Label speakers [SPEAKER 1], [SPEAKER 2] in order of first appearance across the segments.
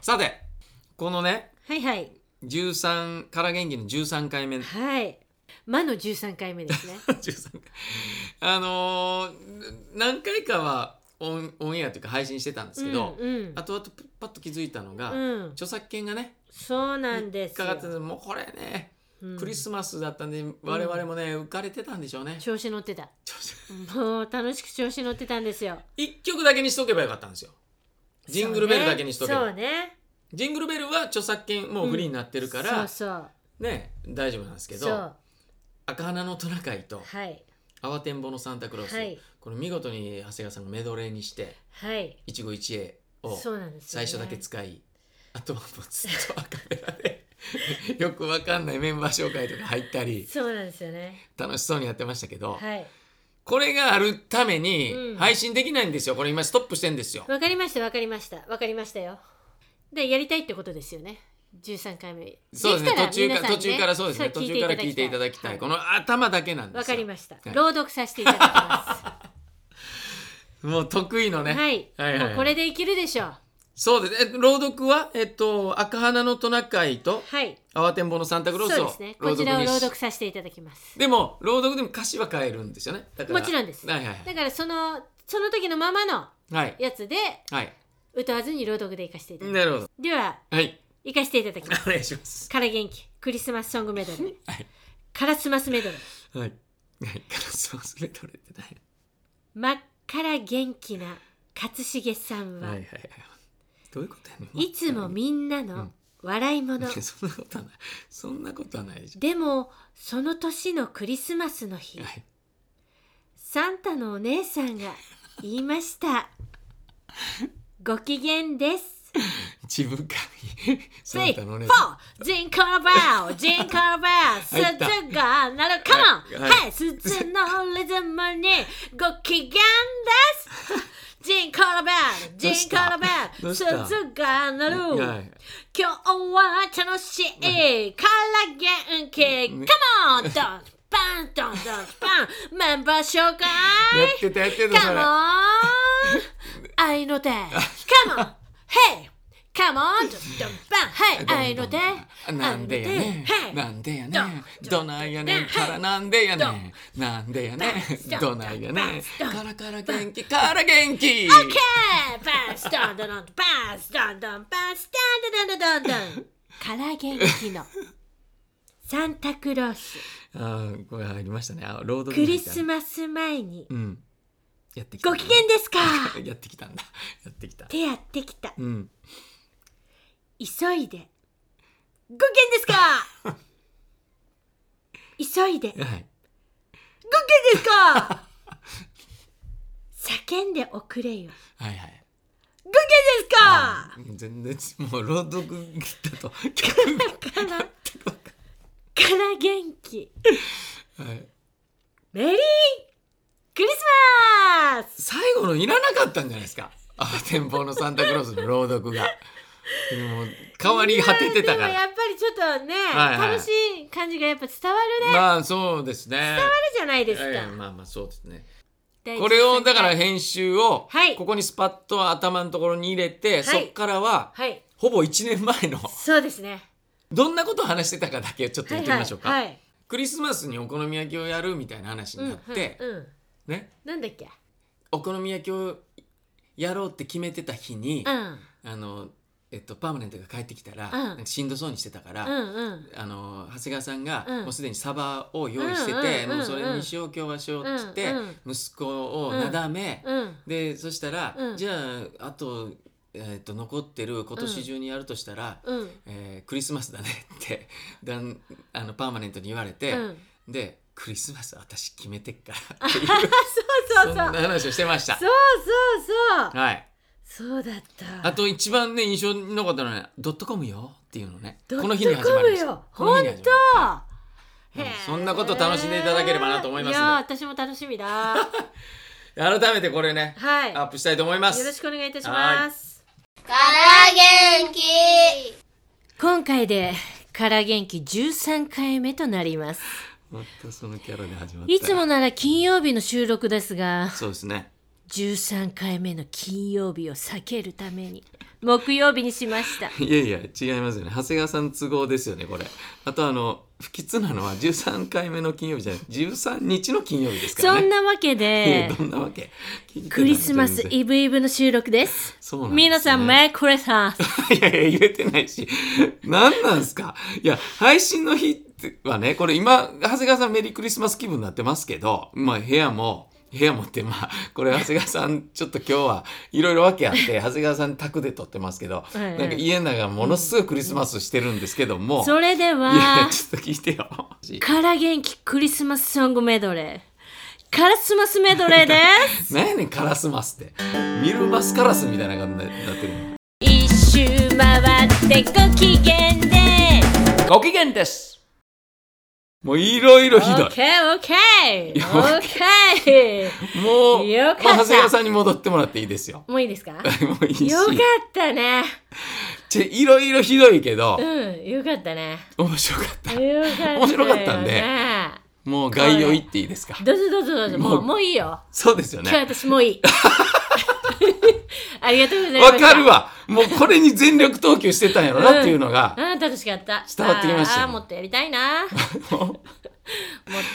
[SPEAKER 1] さてこのね
[SPEAKER 2] はいはい
[SPEAKER 1] 13から元気の13回目
[SPEAKER 2] はい魔の13回目 ですね
[SPEAKER 1] 13回あのー何回かはオンオンエアというか配信してたんですけど、
[SPEAKER 2] うんうん
[SPEAKER 1] あとあとパッと気づいたのが、
[SPEAKER 2] うん、
[SPEAKER 1] 著作権がね
[SPEAKER 2] そうなんです
[SPEAKER 1] か
[SPEAKER 2] よ
[SPEAKER 1] かってたもうこれね、
[SPEAKER 2] うん
[SPEAKER 1] クリスマスだったんで我々もね浮かれてたんでしょうね。
[SPEAKER 2] 調子乗ってたもう楽しく調子乗ってたんですよ
[SPEAKER 1] 一曲だけにしとけばよかったんですよ。ジングルベルだけにしとけば、
[SPEAKER 2] そうね
[SPEAKER 1] ジングルベルは著作権もうフリーになってる
[SPEAKER 2] そ
[SPEAKER 1] か
[SPEAKER 2] うねそ
[SPEAKER 1] ら、
[SPEAKER 2] うそう
[SPEAKER 1] ね大丈夫なんですけ
[SPEAKER 2] そ
[SPEAKER 1] ど
[SPEAKER 2] う
[SPEAKER 1] 「赤花のトナカイ」と
[SPEAKER 2] はい
[SPEAKER 1] 「慌てんぼのサンタクロース」
[SPEAKER 2] はい
[SPEAKER 1] これ見事に長谷川さんがメドレーにして
[SPEAKER 2] はい
[SPEAKER 1] 一期一会を
[SPEAKER 2] そうなんですよね
[SPEAKER 1] 最初だけ使い、あとはもうずっとアカペラで よくわかんないメンバー紹介とか入ったり
[SPEAKER 2] そうなんですよね
[SPEAKER 1] 楽しそうにやってましたけど、
[SPEAKER 2] はい
[SPEAKER 1] これがあるために
[SPEAKER 2] うん
[SPEAKER 1] 配信できないんですよこれ今ストップしてんですよ。
[SPEAKER 2] わかりましたわかりましたわかりましたよでやりたいってことですよね13回目
[SPEAKER 1] そうですね
[SPEAKER 2] きた
[SPEAKER 1] 途中か
[SPEAKER 2] 皆
[SPEAKER 1] ら
[SPEAKER 2] さん
[SPEAKER 1] 途中からそうですね
[SPEAKER 2] そ
[SPEAKER 1] 途中から聞いていただきたい、この頭だけなんですよ
[SPEAKER 2] わかりました、
[SPEAKER 1] はい
[SPEAKER 2] 朗読させていただきま
[SPEAKER 1] もう得意の ね、
[SPEAKER 2] す、はい、
[SPEAKER 1] はいはいはい
[SPEAKER 2] もうこれでいけるでしょう
[SPEAKER 1] そうですえ朗読はえっと赤花のトナカイと
[SPEAKER 2] はい
[SPEAKER 1] 慌てんぼのサンタクロース
[SPEAKER 2] そう
[SPEAKER 1] を
[SPEAKER 2] ですね
[SPEAKER 1] 朗
[SPEAKER 2] こち
[SPEAKER 1] 読
[SPEAKER 2] らを
[SPEAKER 1] に
[SPEAKER 2] 朗
[SPEAKER 1] し
[SPEAKER 2] 読させていただきます
[SPEAKER 1] でも朗読でも歌詞は変えるんですよねだから
[SPEAKER 2] もちろんです
[SPEAKER 1] はいはいは
[SPEAKER 2] だ
[SPEAKER 1] い
[SPEAKER 2] からそのその時のままの
[SPEAKER 1] はい、
[SPEAKER 2] やつで
[SPEAKER 1] はい、
[SPEAKER 2] 歌わずに朗読で生かしていただきま
[SPEAKER 1] なるほど
[SPEAKER 2] すでは
[SPEAKER 1] はい
[SPEAKER 2] 生かしていただきます
[SPEAKER 1] お願いし ます
[SPEAKER 2] から元気クリスマスソングメドレー
[SPEAKER 1] はい
[SPEAKER 2] からスマスメドレー
[SPEAKER 1] はいはいカラスをすれ取れてない
[SPEAKER 2] 真っから元気な勝重さんは、
[SPEAKER 1] はいはいはいどういうことやねん
[SPEAKER 2] いつもみんなの笑い者、
[SPEAKER 1] そんなことはないそんなことはないでし
[SPEAKER 2] でもその年のクリスマスの日
[SPEAKER 1] ょはい
[SPEAKER 2] サンタのお姉さんが言いましたご機嫌です
[SPEAKER 1] 自分かいサンタのね
[SPEAKER 2] 4ジンコルバージンコルバー鈴
[SPEAKER 1] 入った
[SPEAKER 2] が鳴るカモン
[SPEAKER 1] はい
[SPEAKER 2] はい鈴のリズムにご機嫌ですジンコルバー
[SPEAKER 1] どう
[SPEAKER 2] ジン
[SPEAKER 1] し
[SPEAKER 2] コ
[SPEAKER 1] た
[SPEAKER 2] ルバ
[SPEAKER 1] ど
[SPEAKER 2] ー
[SPEAKER 1] うし
[SPEAKER 2] 鈴
[SPEAKER 1] た
[SPEAKER 2] が鳴る
[SPEAKER 1] はい
[SPEAKER 2] 今日は楽しいから元気
[SPEAKER 1] うん
[SPEAKER 2] Come on! ドンパンドンドンパンメンバー紹介
[SPEAKER 1] やってたやってたそ
[SPEAKER 2] Come
[SPEAKER 1] れ
[SPEAKER 2] on! 愛の手 Come on! Hey! Come on! ドンパン Hey! 愛の手
[SPEAKER 1] なんでやねん
[SPEAKER 2] Hey!
[SPEAKER 1] なんでやねんどないやねんからなんでやねんなんでやねんどないやねんからから元気から元気
[SPEAKER 2] Okay! パンスドンドンドンパンスドンドンパンスドンドンドンドンドンから元気のサンタクロース
[SPEAKER 1] あーこれ入りましたねあロード
[SPEAKER 2] クリス
[SPEAKER 1] マ
[SPEAKER 2] マス前に
[SPEAKER 1] うんやってきた
[SPEAKER 2] ご機嫌ですか
[SPEAKER 1] やってきたんだやってきた
[SPEAKER 2] 手やってきた
[SPEAKER 1] うん
[SPEAKER 2] 急いでご機嫌ですか 急いでご機嫌
[SPEAKER 1] はい
[SPEAKER 2] です か叫んでおくれよ
[SPEAKER 1] はいはい
[SPEAKER 2] ご機嫌ですか
[SPEAKER 1] うん全然もう朗読だと
[SPEAKER 2] からから元気
[SPEAKER 1] はい
[SPEAKER 2] メリークリスマス
[SPEAKER 1] 最後のいらなかったんじゃないですかあ天保のサンタクロースの朗読がもう変わり果ててたか
[SPEAKER 2] いやでもや
[SPEAKER 1] ら
[SPEAKER 2] っぱりちょっとね、
[SPEAKER 1] はいはい
[SPEAKER 2] 楽しい感じがやっぱ伝わるね、
[SPEAKER 1] まあそうですね
[SPEAKER 2] あるじゃないですか、
[SPEAKER 1] ええまあまあそうですね
[SPEAKER 2] 第一
[SPEAKER 1] これをだから
[SPEAKER 2] はい
[SPEAKER 1] 編集を
[SPEAKER 2] はい
[SPEAKER 1] ここにスパッと頭のところに入れて、そっからは
[SPEAKER 2] はい
[SPEAKER 1] ほぼ1年前の
[SPEAKER 2] そうですね
[SPEAKER 1] どんなことを話してたかだけちょっと
[SPEAKER 2] は
[SPEAKER 1] 言
[SPEAKER 2] い
[SPEAKER 1] ってみましょうか、
[SPEAKER 2] はいはい
[SPEAKER 1] クリスマスにお好み焼きをやるみたいな話になって、
[SPEAKER 2] うんうん、
[SPEAKER 1] ね
[SPEAKER 2] なんだっけ
[SPEAKER 1] お好み焼きをやろうって決めてた日に、
[SPEAKER 2] うん
[SPEAKER 1] あのえっと、パーマネントが帰ってきたら、
[SPEAKER 2] ん
[SPEAKER 1] なんかしんどそうにしてたから、
[SPEAKER 2] うんうん
[SPEAKER 1] あの長谷川さんが
[SPEAKER 2] うん
[SPEAKER 1] もうすでにサバを用意してて、
[SPEAKER 2] うんうんうんうん
[SPEAKER 1] もうそれにしよう今日はしようっつって、
[SPEAKER 2] うん
[SPEAKER 1] 息子をなだめ、
[SPEAKER 2] うん
[SPEAKER 1] でそしたら、
[SPEAKER 2] うん
[SPEAKER 1] じゃああと,、えっと残ってる今年中にやるとしたら、
[SPEAKER 2] うん
[SPEAKER 1] えークリスマスだねって だんあのパーマネントに言われて、
[SPEAKER 2] うん
[SPEAKER 1] でクリスマス私決めてっからってい う
[SPEAKER 2] そうそ
[SPEAKER 1] そ
[SPEAKER 2] うんそ
[SPEAKER 1] な
[SPEAKER 2] う
[SPEAKER 1] 話をしてました
[SPEAKER 2] そう。そうそう
[SPEAKER 1] はい
[SPEAKER 2] そうだった
[SPEAKER 1] あと一番ね印象に残ったのはね「ドットコムよ」っていうのね
[SPEAKER 2] ドット
[SPEAKER 1] この日に始まりま
[SPEAKER 2] コム
[SPEAKER 1] した
[SPEAKER 2] よ
[SPEAKER 1] この日に始まりました
[SPEAKER 2] 本当
[SPEAKER 1] うん
[SPEAKER 2] へー
[SPEAKER 1] そんなこと楽しんでいただければなと思いますんで
[SPEAKER 2] いやー私も楽し みだは
[SPEAKER 1] 改めてこれね、
[SPEAKER 2] い
[SPEAKER 1] アップしたいと思います。
[SPEAKER 2] よろしくお願いいたします
[SPEAKER 3] から元気
[SPEAKER 2] 今回でから元気13回目となります
[SPEAKER 1] またそのキャラで始まった。
[SPEAKER 2] いつもなら金曜日の収録ですが
[SPEAKER 1] そうですね。
[SPEAKER 2] 13回目の金曜日を避けるために木曜日にしました。
[SPEAKER 1] いやいや違いますよね長谷川さん都合ですよねこれあとあの不吉なのは13回目の金曜日じゃない13日の金曜日ですから
[SPEAKER 2] そ
[SPEAKER 1] ね
[SPEAKER 2] んなわけ
[SPEAKER 1] いや
[SPEAKER 2] で、
[SPEAKER 1] どんなわけ聞いてた
[SPEAKER 2] クリスマス
[SPEAKER 1] 全然
[SPEAKER 2] イブイブの収録です。
[SPEAKER 1] そうなんですね
[SPEAKER 2] 皆さん、メリークリスマス。
[SPEAKER 1] いやいや言えてないし何なんですかいや配信の日はねこれ今長谷川さんメリークリスマス気分になってますけどまあ部屋も部屋もってまあこれ長谷川さんちょっと今日はいろいろ訳あって長谷川さん宅で撮ってますけど
[SPEAKER 2] いはい
[SPEAKER 1] なんか家の中ものすごいクリスマスしてるんですけども、
[SPEAKER 2] それで
[SPEAKER 1] いやいや
[SPEAKER 2] は、
[SPEAKER 1] ちょっと聞いてよ。
[SPEAKER 2] から元気クリスマスソングメドレー。カラスマスメドレー です。
[SPEAKER 1] 何やねんカラスマスって。ミルバスカラスみたいな感じになってる
[SPEAKER 2] 一周回ってご機嫌で。
[SPEAKER 1] の。ご機嫌です。もういろいろ
[SPEAKER 2] オ
[SPEAKER 1] ひどい
[SPEAKER 2] ッ。ケーオッケー
[SPEAKER 1] や
[SPEAKER 2] オッケー
[SPEAKER 1] もう、
[SPEAKER 2] よかった
[SPEAKER 1] まあ長谷川さんに戻ってもらっていいですよ。
[SPEAKER 2] もういいですかよか
[SPEAKER 1] もういいし。
[SPEAKER 2] ったね。
[SPEAKER 1] ちょいろいろひどいけど
[SPEAKER 2] う、ん、よかったね。
[SPEAKER 1] 面白かった。
[SPEAKER 2] よかった、ね。
[SPEAKER 1] 面白かったんでもう概要言っていいですか。
[SPEAKER 2] どうぞどうぞどうぞ。も
[SPEAKER 1] も
[SPEAKER 2] う、
[SPEAKER 1] う
[SPEAKER 2] もういいよ。
[SPEAKER 1] そうですよ
[SPEAKER 2] 今日
[SPEAKER 1] ね。
[SPEAKER 2] 私もうい い。ありがとうございま
[SPEAKER 1] わ
[SPEAKER 2] した。
[SPEAKER 1] かる。わ。もうこれに全力投球してたんやろなっていうのが、
[SPEAKER 2] うん、楽しかった。
[SPEAKER 1] 伝わってきましたよ
[SPEAKER 2] あーもっとやりたい な。 もっ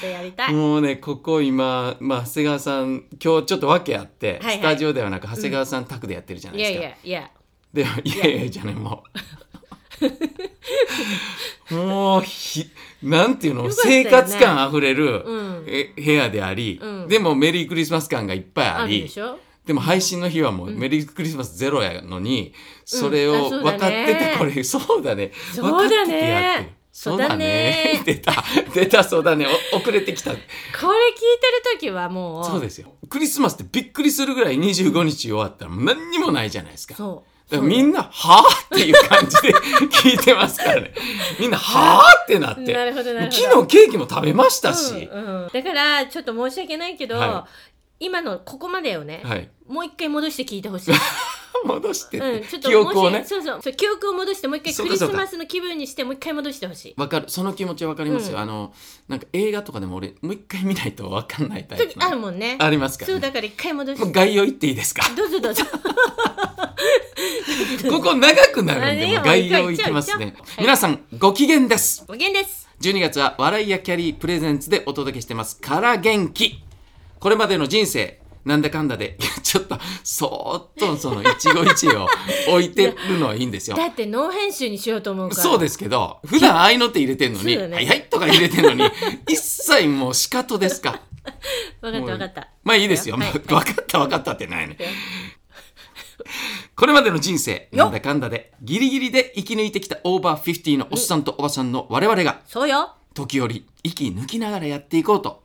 [SPEAKER 2] とやりたい。
[SPEAKER 1] もうねここ今、まあ、長谷川さん今日ちょっと訳あって、
[SPEAKER 2] はいはい
[SPEAKER 1] スタジオではなく長谷川さん宅でやってるじゃない
[SPEAKER 2] い
[SPEAKER 1] で
[SPEAKER 2] や
[SPEAKER 1] すか。
[SPEAKER 2] いやいや。
[SPEAKER 1] でもいやいやじゃねもう もうひなんていうの、
[SPEAKER 2] よかったよね
[SPEAKER 1] 生活感あふれる、
[SPEAKER 2] うん
[SPEAKER 1] え部屋であり、
[SPEAKER 2] うん
[SPEAKER 1] でもメリークリスマス感がいっぱいあ
[SPEAKER 2] ある
[SPEAKER 1] り
[SPEAKER 2] でしょ
[SPEAKER 1] でも配信の日はもうメリークリスマスゼロやのに、それ
[SPEAKER 2] あ
[SPEAKER 1] を
[SPEAKER 2] そう
[SPEAKER 1] 分
[SPEAKER 2] だね
[SPEAKER 1] かっててこれ そうだね
[SPEAKER 2] そうだね
[SPEAKER 1] 分かっててやってる
[SPEAKER 2] そうだね
[SPEAKER 1] 出た出たそうだねお遅れてきた
[SPEAKER 2] これ聞いてる時はもう。
[SPEAKER 1] そうですよクリスマスってびっくりするぐらい25日終わったらもう何にもないじゃないですか
[SPEAKER 2] そう。
[SPEAKER 1] だからみんな、はぁっていう感じで聞いてますか らね。みんな、はぁってなって。
[SPEAKER 2] なるほどなるほど
[SPEAKER 1] 昨日ケーキも食べましたし。
[SPEAKER 2] うんうんだからちょっと申し訳ないけど、
[SPEAKER 1] は
[SPEAKER 2] 今のここまでをね、
[SPEAKER 1] はい。
[SPEAKER 2] もう一回戻して聞いてほしい。
[SPEAKER 1] 戻してって、
[SPEAKER 2] うん、ちょっと
[SPEAKER 1] 記憶を
[SPEAKER 2] も
[SPEAKER 1] ね
[SPEAKER 2] し。そうそうそう記憶を戻してもう一
[SPEAKER 1] そ
[SPEAKER 2] 回ク
[SPEAKER 1] うか
[SPEAKER 2] リ
[SPEAKER 1] そう
[SPEAKER 2] ス
[SPEAKER 1] か
[SPEAKER 2] マスの気分にしてもう一回戻してほしい。
[SPEAKER 1] わかる。その気持ちわかりますよ。
[SPEAKER 2] うん
[SPEAKER 1] あの、なんか映画とかでも俺、もう一回見ないとわかんないタイプ
[SPEAKER 2] 時。あるもんね。
[SPEAKER 1] ありますから、
[SPEAKER 2] そう
[SPEAKER 1] ね。
[SPEAKER 2] だから一回戻し
[SPEAKER 1] もう
[SPEAKER 2] て。
[SPEAKER 1] 概要言ってい いですか
[SPEAKER 2] どうぞどうぞ。
[SPEAKER 1] ここ長くなるん
[SPEAKER 2] あ
[SPEAKER 1] で、
[SPEAKER 2] いい
[SPEAKER 1] も
[SPEAKER 2] よ
[SPEAKER 1] う概要言ってま す
[SPEAKER 2] いい
[SPEAKER 1] ね
[SPEAKER 2] よ。
[SPEAKER 1] 皆さん、ご機嫌です。
[SPEAKER 2] おげんです。
[SPEAKER 1] 12月は笑いやキャリープレゼンツでお届けしてますから元気これまでの人生なんだかんだでいやちょっとそーっとその一期一会を置いてるのはいいんです よ
[SPEAKER 2] だってノー編集にしようと思うから。
[SPEAKER 1] そうですけど普段合いの手入れてんのに「
[SPEAKER 2] そうだね
[SPEAKER 1] はいはい」とか入れてん のに一切もう仕方ですか
[SPEAKER 2] わかったわかった。
[SPEAKER 1] まあいいですよ、
[SPEAKER 2] はい
[SPEAKER 1] もう分かった分かったってないね
[SPEAKER 2] はい
[SPEAKER 1] これまでの人生
[SPEAKER 2] よ
[SPEAKER 1] なんだかんだでギリギリで生き抜いてきたオーバーフィフティのおっさんとおばさんの我々が
[SPEAKER 2] そうよ。
[SPEAKER 1] 時折息抜きながらやっていこうと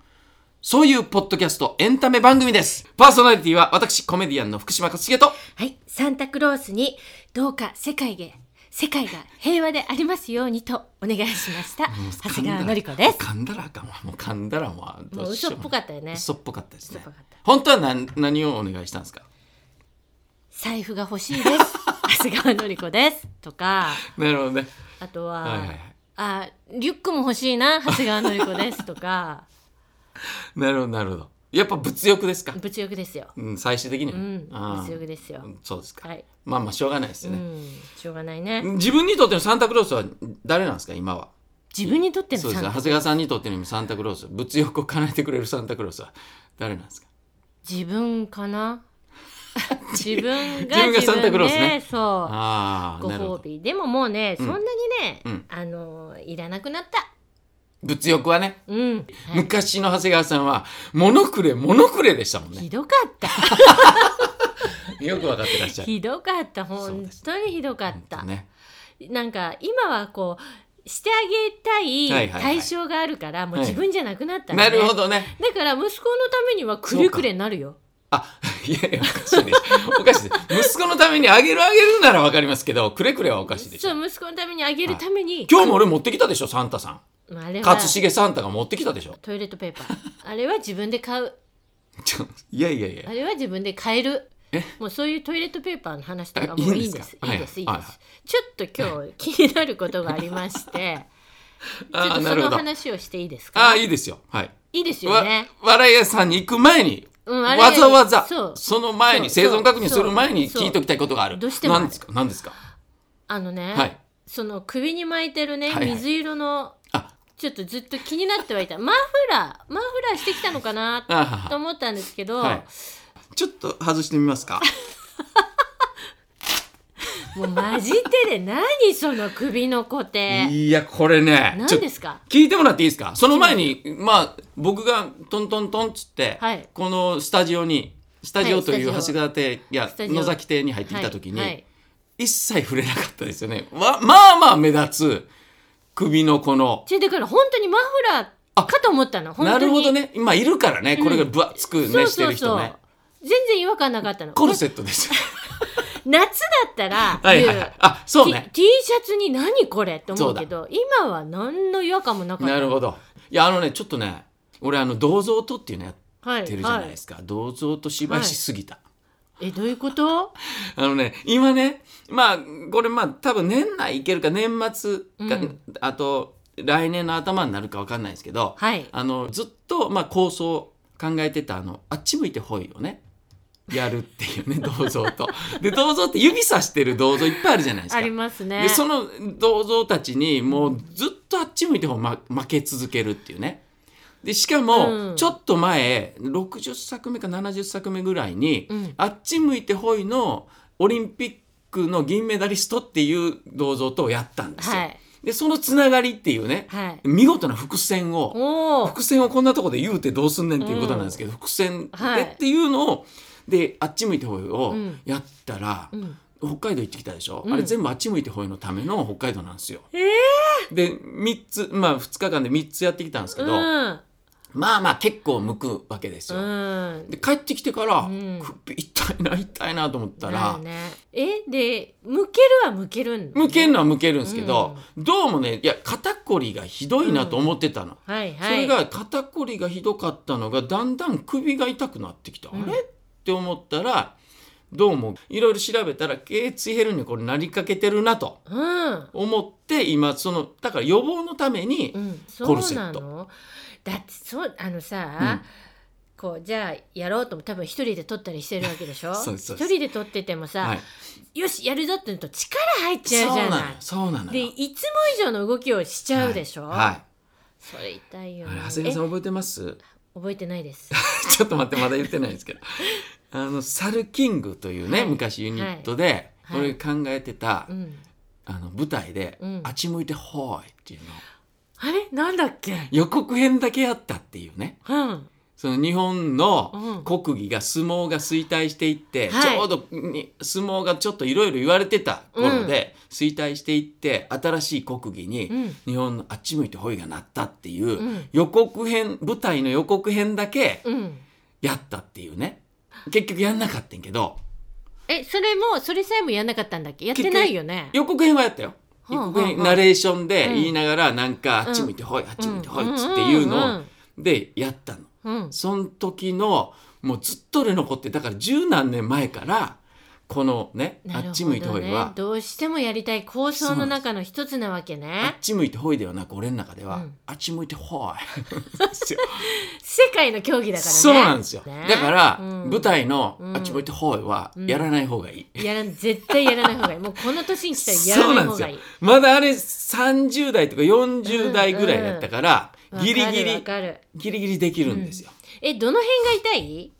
[SPEAKER 1] そういうポッドキャストエンタメ番組ですパーソナリティは私コメディアンの福島克樹と
[SPEAKER 2] はい、サンタクロースにどうか世界へ世界が平和でありますようにとお願いしました。長谷川のり子です。
[SPEAKER 1] 噛んだらあかんわもう噛んだらもう
[SPEAKER 2] もう嘘っぽかったよね。
[SPEAKER 1] 嘘っぽかったですね
[SPEAKER 2] 嘘っぽかった
[SPEAKER 1] 本当は何何をお願いしたんですか
[SPEAKER 2] 財布が欲 しいです。長谷川のり子です。とか、
[SPEAKER 1] なるほどね
[SPEAKER 2] あとは、
[SPEAKER 1] はいはいはい
[SPEAKER 2] あ、リュックも欲しいな、長谷川のり子です。とか、
[SPEAKER 1] なるほどなるほどやっぱ物欲ですか、
[SPEAKER 2] 物欲ですよ。
[SPEAKER 1] うん、最終的には、
[SPEAKER 2] うん、
[SPEAKER 1] あー
[SPEAKER 2] 物欲ですよ。
[SPEAKER 1] そうですか、
[SPEAKER 2] はい
[SPEAKER 1] まあまあしょうがないです
[SPEAKER 2] う
[SPEAKER 1] よね、
[SPEAKER 2] ん、しょうがないね。
[SPEAKER 1] 自分にとってのサンタクロースは誰なんですか今は
[SPEAKER 2] 自分にとっての
[SPEAKER 1] そうです
[SPEAKER 2] サ
[SPEAKER 1] 長
[SPEAKER 2] ンタ
[SPEAKER 1] 谷川さんにとってのサンタクロース物欲を叶えてくれるサンタクロースは誰なんですか
[SPEAKER 2] 自分か な自分が
[SPEAKER 1] 自分がサンタクロースね
[SPEAKER 2] 自分でそう。
[SPEAKER 1] ああ
[SPEAKER 2] ご
[SPEAKER 1] なるほ
[SPEAKER 2] 褒
[SPEAKER 1] ど
[SPEAKER 2] 美でももうね、そんなにね、
[SPEAKER 1] うん
[SPEAKER 2] あのいらなくなった
[SPEAKER 1] 物欲はね、
[SPEAKER 2] うん、
[SPEAKER 1] 昔の長谷川さんは物くれ物くれでした もんね
[SPEAKER 2] ひどかった
[SPEAKER 1] よくわかってらっしゃる
[SPEAKER 2] ひどかった
[SPEAKER 1] そう
[SPEAKER 2] 本
[SPEAKER 1] です
[SPEAKER 2] 当にひどかった、
[SPEAKER 1] ね
[SPEAKER 2] なんか今はこうしてあげ
[SPEAKER 1] は
[SPEAKER 2] た
[SPEAKER 1] い
[SPEAKER 2] い
[SPEAKER 1] はいはい
[SPEAKER 2] 対象があるから、もう
[SPEAKER 1] はい
[SPEAKER 2] 自分じゃなくなったのね、
[SPEAKER 1] なるほどね
[SPEAKER 2] だから息子のためにはくれくれになるよ
[SPEAKER 1] あいやいやおかしいですおかしいです息子のためにあげるあげるならわかりますけどくれくれはおかしいでし
[SPEAKER 2] そ
[SPEAKER 1] ょ
[SPEAKER 2] う息子のためにあげるために、
[SPEAKER 1] 今日も俺持ってきたでしょサンタさん
[SPEAKER 2] まあ、あれは
[SPEAKER 1] 勝重サンタが持ってきたでしょ
[SPEAKER 2] トイレットペーパーあれは自分で買う
[SPEAKER 1] ちょいやいやいや
[SPEAKER 2] あれは自分で買える
[SPEAKER 1] え
[SPEAKER 2] もうそういうトイレットペーパーの話とかも
[SPEAKER 1] あ
[SPEAKER 2] うい
[SPEAKER 1] い
[SPEAKER 2] い
[SPEAKER 1] い
[SPEAKER 2] ん
[SPEAKER 1] ん
[SPEAKER 2] で
[SPEAKER 1] ですす
[SPEAKER 2] い
[SPEAKER 1] か
[SPEAKER 2] いですいい
[SPEAKER 1] はい
[SPEAKER 2] で
[SPEAKER 1] はい
[SPEAKER 2] すちょっと今日気になることがありましてちょっ
[SPEAKER 1] あ
[SPEAKER 2] と
[SPEAKER 1] ー
[SPEAKER 2] そ
[SPEAKER 1] なる
[SPEAKER 2] の
[SPEAKER 1] ほど
[SPEAKER 2] 話をしていいです
[SPEAKER 1] あ
[SPEAKER 2] か
[SPEAKER 1] あいいですよはい
[SPEAKER 2] いいですよ
[SPEAKER 1] わ
[SPEAKER 2] ね
[SPEAKER 1] 笑い屋さんに行く前に
[SPEAKER 2] うんあれ
[SPEAKER 1] わざわざ
[SPEAKER 2] そう
[SPEAKER 1] その前に
[SPEAKER 2] そう
[SPEAKER 1] 生存確認
[SPEAKER 2] そう
[SPEAKER 1] する前に
[SPEAKER 2] そう
[SPEAKER 1] 聞いておきたいことがある。
[SPEAKER 2] どうしてもある
[SPEAKER 1] 何ですか何ですか
[SPEAKER 2] あのね、
[SPEAKER 1] はい。
[SPEAKER 2] その首に巻いてるね、
[SPEAKER 1] はいはい
[SPEAKER 2] 水色の
[SPEAKER 1] あ
[SPEAKER 2] ちょっとずっと気になってはいたマフラーマフラーしてきたのかな
[SPEAKER 1] あは
[SPEAKER 2] と
[SPEAKER 1] は
[SPEAKER 2] 思ったんですけど、
[SPEAKER 1] はいちょっと外してみますか。
[SPEAKER 2] もう混じってで何その首の固定
[SPEAKER 1] いやこれねちょ
[SPEAKER 2] 何ですか
[SPEAKER 1] 聞いてもらっていいですかその前に、まあ、僕がトントントンっつって、
[SPEAKER 2] はい
[SPEAKER 1] このスタジオにスタジオという
[SPEAKER 2] はい
[SPEAKER 1] 橋
[SPEAKER 2] スタジオ
[SPEAKER 1] 川邸や
[SPEAKER 2] スタジオ
[SPEAKER 1] 野崎邸に入ってきた時に、
[SPEAKER 2] はいはい
[SPEAKER 1] 一切触れなかったですよねわまあまあ目立つ首のこの
[SPEAKER 2] ちょだから本当にマフラーかと思ったの本当
[SPEAKER 1] な
[SPEAKER 2] に
[SPEAKER 1] るほどね今いるからねこれが分厚くね、
[SPEAKER 2] そう
[SPEAKER 1] して
[SPEAKER 2] そう
[SPEAKER 1] る人
[SPEAKER 2] そう、
[SPEAKER 1] ね
[SPEAKER 2] 全然違和感なかったの
[SPEAKER 1] コルセットです
[SPEAKER 2] 夏だったら
[SPEAKER 1] はいはい、はい、あ
[SPEAKER 2] 言
[SPEAKER 1] そううね
[SPEAKER 2] T, T シャツに何これって思うけど今は何の違和感もなかった
[SPEAKER 1] なるほどいやあのねちょっとね俺あの銅像とっていうのやっ
[SPEAKER 2] はい
[SPEAKER 1] てるじゃない
[SPEAKER 2] は
[SPEAKER 1] ですか、銅像と芝居しすぎた、
[SPEAKER 2] い、えどういうこと
[SPEAKER 1] あのね、今ね、まあ、これまあ、多分年内いけるか、年末か、
[SPEAKER 2] うん
[SPEAKER 1] あと、来年の頭になるかわかんないですけど、
[SPEAKER 2] はい
[SPEAKER 1] あの、ずっと、まあ、構想考えてた、あの、あっち向いてほいをね、やるってい うね、銅像と。で、銅像って指さしてる銅像いっぱいあるじゃないですか。
[SPEAKER 2] ありますね
[SPEAKER 1] で、その銅像たちに、もうずっとあっち向いてほい、ま、負け続けるっていうね。で、しかも、
[SPEAKER 2] うん
[SPEAKER 1] ちょっと前、60作目か70作目ぐらいに、
[SPEAKER 2] うん
[SPEAKER 1] あっち向いてほいのオリンピックの銀メダリストっていう銅像とやったんですよ。
[SPEAKER 2] はい
[SPEAKER 1] でそのつながりっていうね、
[SPEAKER 2] はい
[SPEAKER 1] 見事な伏線を
[SPEAKER 2] おお
[SPEAKER 1] 伏線をこんなとこで言うてどうすんねんっていうことなんですけど、伏線で
[SPEAKER 2] はい
[SPEAKER 1] っていうのをであっち向いてほいを
[SPEAKER 2] うん
[SPEAKER 1] やったら、
[SPEAKER 2] うん
[SPEAKER 1] 北海道行ってきたでしょ、
[SPEAKER 2] うん
[SPEAKER 1] あれ全部あっち向いてほいのための北海道なんですよ。
[SPEAKER 2] え
[SPEAKER 1] で3つまあ2日間で3つやってきたんですけ
[SPEAKER 2] う
[SPEAKER 1] ど、
[SPEAKER 2] ん
[SPEAKER 1] まあまあ結構向くわけですよ。
[SPEAKER 2] うん
[SPEAKER 1] で帰ってきてから、
[SPEAKER 2] うん
[SPEAKER 1] 首痛いな痛いなと思った
[SPEAKER 2] な
[SPEAKER 1] ら、
[SPEAKER 2] るね、えで向けるは向けるん
[SPEAKER 1] 向けるのは向けるんですけど、どうもねいや肩こりがひどいなと思ってたの、
[SPEAKER 2] はいはい
[SPEAKER 1] それが肩こりがひどかったのがだんだん首が痛くなってきた、
[SPEAKER 2] うん
[SPEAKER 1] あれって思ったらどうもいろいろ調べたら頸椎ヘルニアこれなりかけてるなと
[SPEAKER 2] うん
[SPEAKER 1] 思って今そのだから予防のために、
[SPEAKER 2] うん、
[SPEAKER 1] コ
[SPEAKER 2] そ
[SPEAKER 1] ルセ
[SPEAKER 2] う
[SPEAKER 1] ッ
[SPEAKER 2] な
[SPEAKER 1] ト
[SPEAKER 2] のだってそうあのさ、こうじゃあやろうとも多分一人で撮ったりしてるわけでしょ
[SPEAKER 1] そうですそ
[SPEAKER 2] 一
[SPEAKER 1] うです
[SPEAKER 2] 人で撮っててもさ、
[SPEAKER 1] はい、
[SPEAKER 2] よしやるぞって言うと力入っち
[SPEAKER 1] そう
[SPEAKER 2] ゃうじゃ
[SPEAKER 1] なのよ
[SPEAKER 2] ない
[SPEAKER 1] そうなの
[SPEAKER 2] で
[SPEAKER 1] よ
[SPEAKER 2] いつも以上の動きをしちゃうでしょ、
[SPEAKER 1] はい、はい
[SPEAKER 2] それ痛いよ
[SPEAKER 1] あ
[SPEAKER 2] ね
[SPEAKER 1] れ長谷川さん覚えてます
[SPEAKER 2] え覚えてないです
[SPEAKER 1] ちょっと待ってまだ言ってないんですけどあのサルキングというね、
[SPEAKER 2] はい
[SPEAKER 1] 昔ユニットで、
[SPEAKER 2] はい
[SPEAKER 1] 俺が考えてた、
[SPEAKER 2] うん
[SPEAKER 1] あの舞台で、
[SPEAKER 2] うん
[SPEAKER 1] あっち向いてほーい」っていうのを
[SPEAKER 2] あれなんだっけ
[SPEAKER 1] 予告編だけやったっていうね
[SPEAKER 2] うん
[SPEAKER 1] その日本の
[SPEAKER 2] う
[SPEAKER 1] 国技が相撲が衰退していって、
[SPEAKER 2] はい
[SPEAKER 1] ちょうどに相撲がちょっといろいろ言われてた頃で、衰退していって新しい国技に、
[SPEAKER 2] うん
[SPEAKER 1] 日本のあっち向いてほいがなったっていう、
[SPEAKER 2] うん
[SPEAKER 1] 予告編舞台の予告編だけ
[SPEAKER 2] うん
[SPEAKER 1] やったっていうね結局やんなかったんけど。
[SPEAKER 2] えそれもそれさえもやんなかったんだっけやってないよね
[SPEAKER 1] 予告編はやったよ。
[SPEAKER 2] は
[SPEAKER 1] 予
[SPEAKER 2] あはあ
[SPEAKER 1] 告編ナレーションで
[SPEAKER 2] うん
[SPEAKER 1] 言いながらなんか、
[SPEAKER 2] うん
[SPEAKER 1] あっち向いてほいあっち向いてほいっ
[SPEAKER 2] うん
[SPEAKER 1] つっていう
[SPEAKER 2] うんう
[SPEAKER 1] のを
[SPEAKER 2] ん
[SPEAKER 1] でやったの。
[SPEAKER 2] うん
[SPEAKER 1] その時のもうずっと俺残ってだから十何年前からこのね
[SPEAKER 2] なるほどね
[SPEAKER 1] あっち向いてほいは
[SPEAKER 2] どうしてもやりたい構想の中の一つなわけ
[SPEAKER 1] あ
[SPEAKER 2] ね
[SPEAKER 1] っち向いてほいではなく俺の中では、
[SPEAKER 2] うん
[SPEAKER 1] あっち向いて ほいですよ
[SPEAKER 2] 世界の競技だからね
[SPEAKER 1] そうなんですよ、
[SPEAKER 2] ね
[SPEAKER 1] だから、
[SPEAKER 2] うん
[SPEAKER 1] 舞台の
[SPEAKER 2] うん
[SPEAKER 1] あっち向いてほいは
[SPEAKER 2] うん
[SPEAKER 1] やらない方がいい、
[SPEAKER 2] やらん絶対やらない方がいいもうこの年に したら
[SPEAKER 1] そ
[SPEAKER 2] や
[SPEAKER 1] う
[SPEAKER 2] らない
[SPEAKER 1] なんで
[SPEAKER 2] 方
[SPEAKER 1] す
[SPEAKER 2] が
[SPEAKER 1] よ
[SPEAKER 2] いい
[SPEAKER 1] まだあれ30代とか40代ぐらいだったから、
[SPEAKER 2] わか
[SPEAKER 1] ギ
[SPEAKER 2] る
[SPEAKER 1] リギ
[SPEAKER 2] わ
[SPEAKER 1] リ
[SPEAKER 2] かる
[SPEAKER 1] ギリギリできるんですよ、
[SPEAKER 2] えどの辺が痛い、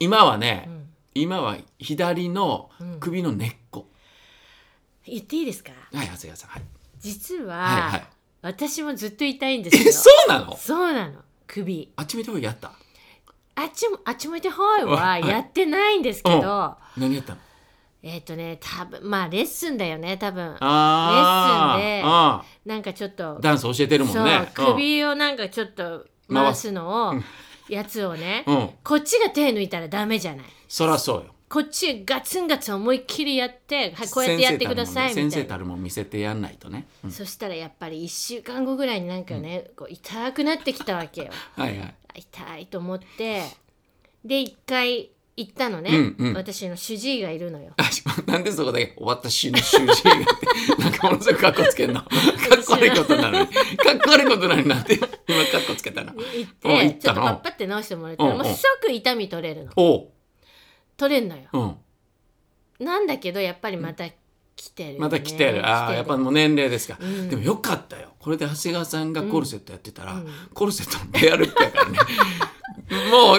[SPEAKER 1] 今はね、
[SPEAKER 2] うん
[SPEAKER 1] 今は左の首の根っこ、
[SPEAKER 2] 言っていいですか
[SPEAKER 1] はい長谷川さんはい
[SPEAKER 2] 実は、
[SPEAKER 1] はいはい
[SPEAKER 2] 私もずっと痛いんで
[SPEAKER 1] え
[SPEAKER 2] す
[SPEAKER 1] そ
[SPEAKER 2] よ
[SPEAKER 1] うなの
[SPEAKER 2] そうなの首
[SPEAKER 1] あっち見た方がやった
[SPEAKER 2] あっちもあっち向いてほい
[SPEAKER 1] は
[SPEAKER 2] はいやってないんですけど、
[SPEAKER 1] 何やったの
[SPEAKER 2] えっ、とね多分まあレッスンだよね多分
[SPEAKER 1] あー
[SPEAKER 2] レッスンで
[SPEAKER 1] あ
[SPEAKER 2] なんかちょっと
[SPEAKER 1] ーダンス教えてるもんね
[SPEAKER 2] そう首をなんかちょっと回すのを、
[SPEAKER 1] 回す
[SPEAKER 2] やつをね、
[SPEAKER 1] うん、うん、
[SPEAKER 2] こっちが手抜いたらダメじゃない
[SPEAKER 1] そらそうよ
[SPEAKER 2] こっちガツンガツン思いっきりやって、はい、こうやってやってくださいみた
[SPEAKER 1] 先生
[SPEAKER 2] いな
[SPEAKER 1] たるもんね先生たるもん見せてやんないとね、うん
[SPEAKER 2] そしたらやっぱり1週間後ぐらいになんかね、こう痛くなってきたわけよ
[SPEAKER 1] はいはい
[SPEAKER 2] 痛いと思ってで1回行ったのね、
[SPEAKER 1] うんうん
[SPEAKER 2] 私の主治医がいるのよ
[SPEAKER 1] あ なんでそこだけ私の主治医がってなんかものすごくかっこつ けんのかっこ悪いことなのにかっこ悪いことなのになんて今かっこつけたな
[SPEAKER 2] 行っ
[SPEAKER 1] お行
[SPEAKER 2] て
[SPEAKER 1] っ
[SPEAKER 2] ちょ
[SPEAKER 1] た
[SPEAKER 2] っと
[SPEAKER 1] の
[SPEAKER 2] パッパって直してもらったら、
[SPEAKER 1] うんうん
[SPEAKER 2] もう即痛み取れるの
[SPEAKER 1] おう
[SPEAKER 2] 取れんのよ
[SPEAKER 1] うん
[SPEAKER 2] なんだけどやっぱりまた来てる、ね、
[SPEAKER 1] また来てるああやっぱ
[SPEAKER 2] うん
[SPEAKER 1] もう年齢ですか、
[SPEAKER 2] うん
[SPEAKER 1] でもよかったよこれで長谷川さんがコルセットやってたら、
[SPEAKER 2] うん
[SPEAKER 1] コルセットのペアルック やからねも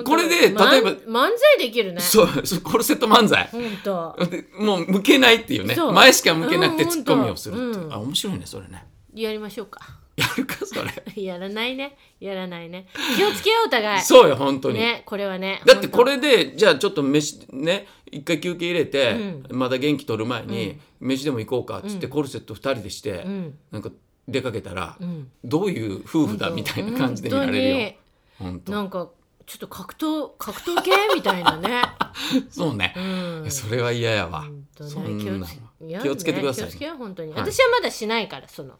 [SPEAKER 1] うこれで例えば
[SPEAKER 2] まん漫才できるね
[SPEAKER 1] そうそうコルセット漫才
[SPEAKER 2] 本当
[SPEAKER 1] でもう向けないっていうね
[SPEAKER 2] そう
[SPEAKER 1] 前しか向けなくて
[SPEAKER 2] うん
[SPEAKER 1] ツッコミをするっていう、
[SPEAKER 2] うん
[SPEAKER 1] あ面白いねそれね
[SPEAKER 2] やりましょうか
[SPEAKER 1] やるかそれ
[SPEAKER 2] やらないねやらないね気をつけようお互い
[SPEAKER 1] そうよ本当に、
[SPEAKER 2] ねこれはね
[SPEAKER 1] だってこ
[SPEAKER 2] 本
[SPEAKER 1] れでじゃあちょっと飯ね一回休憩入れて、まだ元気取る前に、飯でも行こうかっつってコルセット2人でして、
[SPEAKER 2] 当うん
[SPEAKER 1] なんか出かけたら、
[SPEAKER 2] うん
[SPEAKER 1] どういう夫婦だみたいな感じで見られるよ本当
[SPEAKER 2] 本当になんかちょっと格闘格闘系みたいな ね
[SPEAKER 1] そうね
[SPEAKER 2] う、ん
[SPEAKER 1] それは嫌やわ、
[SPEAKER 2] 本当ね
[SPEAKER 1] そんなの
[SPEAKER 2] いや
[SPEAKER 1] 気をつけてください
[SPEAKER 2] ね気をつけよう本当に、
[SPEAKER 1] はい
[SPEAKER 2] 私はまだしないからその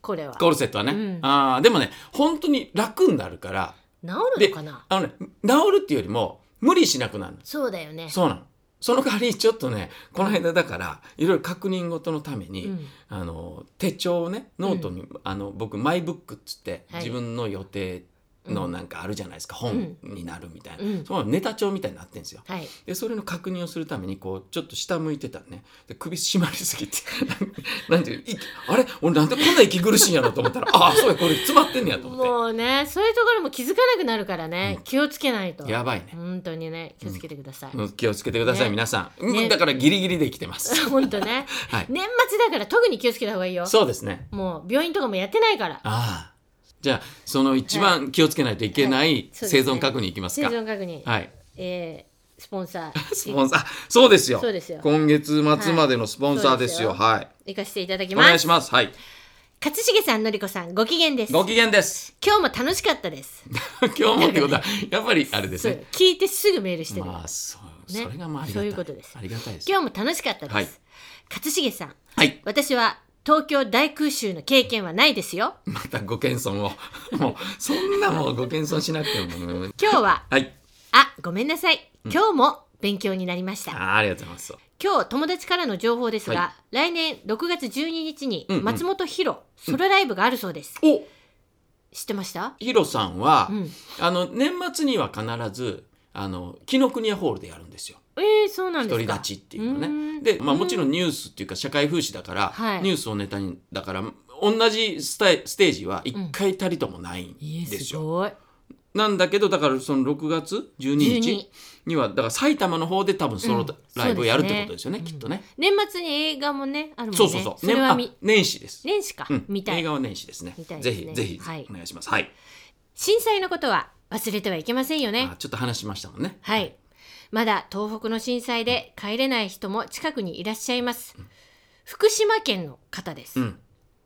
[SPEAKER 2] これは
[SPEAKER 1] コルセットはね、
[SPEAKER 2] うん
[SPEAKER 1] あーでもね本当に楽になるから
[SPEAKER 2] 治る
[SPEAKER 1] で
[SPEAKER 2] のかな
[SPEAKER 1] あのね治るっていうよりも無理しなくなるの
[SPEAKER 2] そうだよね
[SPEAKER 1] そうなのその代わりちょっとねこの間だからいろいろ確認事のために、
[SPEAKER 2] うん
[SPEAKER 1] あの手帳をねノートに、あの僕マイブックっつって、
[SPEAKER 2] はい
[SPEAKER 1] 自分の予定のなんかあるじゃないですか、本になるみたいな、
[SPEAKER 2] うん
[SPEAKER 1] そのネタ帳みたいになってんですよ。
[SPEAKER 2] はい
[SPEAKER 1] でそれの確認をするためにこうちょっと下向いてたのねで首締まりすぎて なんていう息あれ俺なんでこんな息苦しいんやろと思ったらああそうやこれ詰まってんねやと思っ
[SPEAKER 2] もうねそういうところも気づかなくなるからね、
[SPEAKER 1] うん
[SPEAKER 2] 気をつけないと
[SPEAKER 1] てやばいね、
[SPEAKER 2] 本当にね気をつけてください、
[SPEAKER 1] うん気をつけてください、
[SPEAKER 2] ね
[SPEAKER 1] 皆さん、
[SPEAKER 2] ね
[SPEAKER 1] うんだからギリギリで生きてま す、
[SPEAKER 2] 本当ね
[SPEAKER 1] はい、
[SPEAKER 2] 年末だから特に気をつけた方がいいよ
[SPEAKER 1] そうですね
[SPEAKER 2] もう病院とかもやってないから
[SPEAKER 1] ああじゃあその一番気をつけないといけな
[SPEAKER 2] はい
[SPEAKER 1] い
[SPEAKER 2] そうですね
[SPEAKER 1] 生存確認いきます
[SPEAKER 2] 生
[SPEAKER 1] か、
[SPEAKER 2] 存確認、
[SPEAKER 1] はい
[SPEAKER 2] えースポンサー
[SPEAKER 1] スポンサー そうですよ
[SPEAKER 2] そうですよ
[SPEAKER 1] 今月末までのスポンサーですよ,、はい
[SPEAKER 2] 行かせていただき
[SPEAKER 1] お
[SPEAKER 2] ま
[SPEAKER 1] 願い
[SPEAKER 2] す
[SPEAKER 1] しますはい
[SPEAKER 2] 勝重さんのりこさんご機嫌です
[SPEAKER 1] ご機嫌です
[SPEAKER 2] 今日も楽しかったです
[SPEAKER 1] 今日もってことはやっぱりあれです
[SPEAKER 2] そう
[SPEAKER 1] ね
[SPEAKER 2] 聞いてすぐメールしてる、
[SPEAKER 1] まあそう、
[SPEAKER 2] ね
[SPEAKER 1] それがまあありがたい
[SPEAKER 2] そういうことです
[SPEAKER 1] ありがたいです
[SPEAKER 2] 今日も楽しかったです、
[SPEAKER 1] はい
[SPEAKER 2] 勝重さん
[SPEAKER 1] はい
[SPEAKER 2] 私は東京大空襲の経験はないですよ
[SPEAKER 1] またご謙遜を もうそんなもうご謙遜しなくてももう
[SPEAKER 2] 今日は
[SPEAKER 1] はい
[SPEAKER 2] あごめんなさい今日も勉強になりまし
[SPEAKER 1] あ
[SPEAKER 2] た、
[SPEAKER 1] ーありがとうございます
[SPEAKER 2] 今日友達からの情報ですが、
[SPEAKER 1] は
[SPEAKER 2] 来年6月12日に
[SPEAKER 1] うんうん
[SPEAKER 2] 松本ヒロソロライブがあるそうです、
[SPEAKER 1] お
[SPEAKER 2] 知ってました
[SPEAKER 1] ヒロさんは、
[SPEAKER 2] うん
[SPEAKER 1] あの年末には必ずあの紀ノ国屋ホールでやるんですよ
[SPEAKER 2] えー、そうなんです
[SPEAKER 1] 独
[SPEAKER 2] か
[SPEAKER 1] り立ちっていう
[SPEAKER 2] うー
[SPEAKER 1] のね
[SPEAKER 2] ん
[SPEAKER 1] で、まあ、もちろんニュースっていうか社会風刺だから、
[SPEAKER 2] はい
[SPEAKER 1] ニュースをネタにだから同じスタイステージは一回たりともないん
[SPEAKER 2] えー、
[SPEAKER 1] です
[SPEAKER 2] す
[SPEAKER 1] よ、
[SPEAKER 2] ごい
[SPEAKER 1] なんだけどだからその6月12
[SPEAKER 2] 12
[SPEAKER 1] 日にはだから埼玉の方で多分ソロライブをやるってことですよね、
[SPEAKER 2] うん
[SPEAKER 1] きっとね、
[SPEAKER 2] 年末に映画もねあるもんね
[SPEAKER 1] そうそうそう
[SPEAKER 2] れ
[SPEAKER 1] ね
[SPEAKER 2] は
[SPEAKER 1] あ
[SPEAKER 2] み
[SPEAKER 1] 年始です、
[SPEAKER 2] 年始か、
[SPEAKER 1] うん
[SPEAKER 2] みたい
[SPEAKER 1] 映画は年始ですね
[SPEAKER 2] 見たいで
[SPEAKER 1] ぜ
[SPEAKER 2] すね
[SPEAKER 1] ひぜひ
[SPEAKER 2] はい
[SPEAKER 1] お願いしますはい、
[SPEAKER 2] 震災のことは忘れてはいけませんよね
[SPEAKER 1] あちょっと話しましたもんね
[SPEAKER 2] はいまだ東北の震災で帰れない人も近くにいらっしゃいます、福島県の方です、
[SPEAKER 1] うん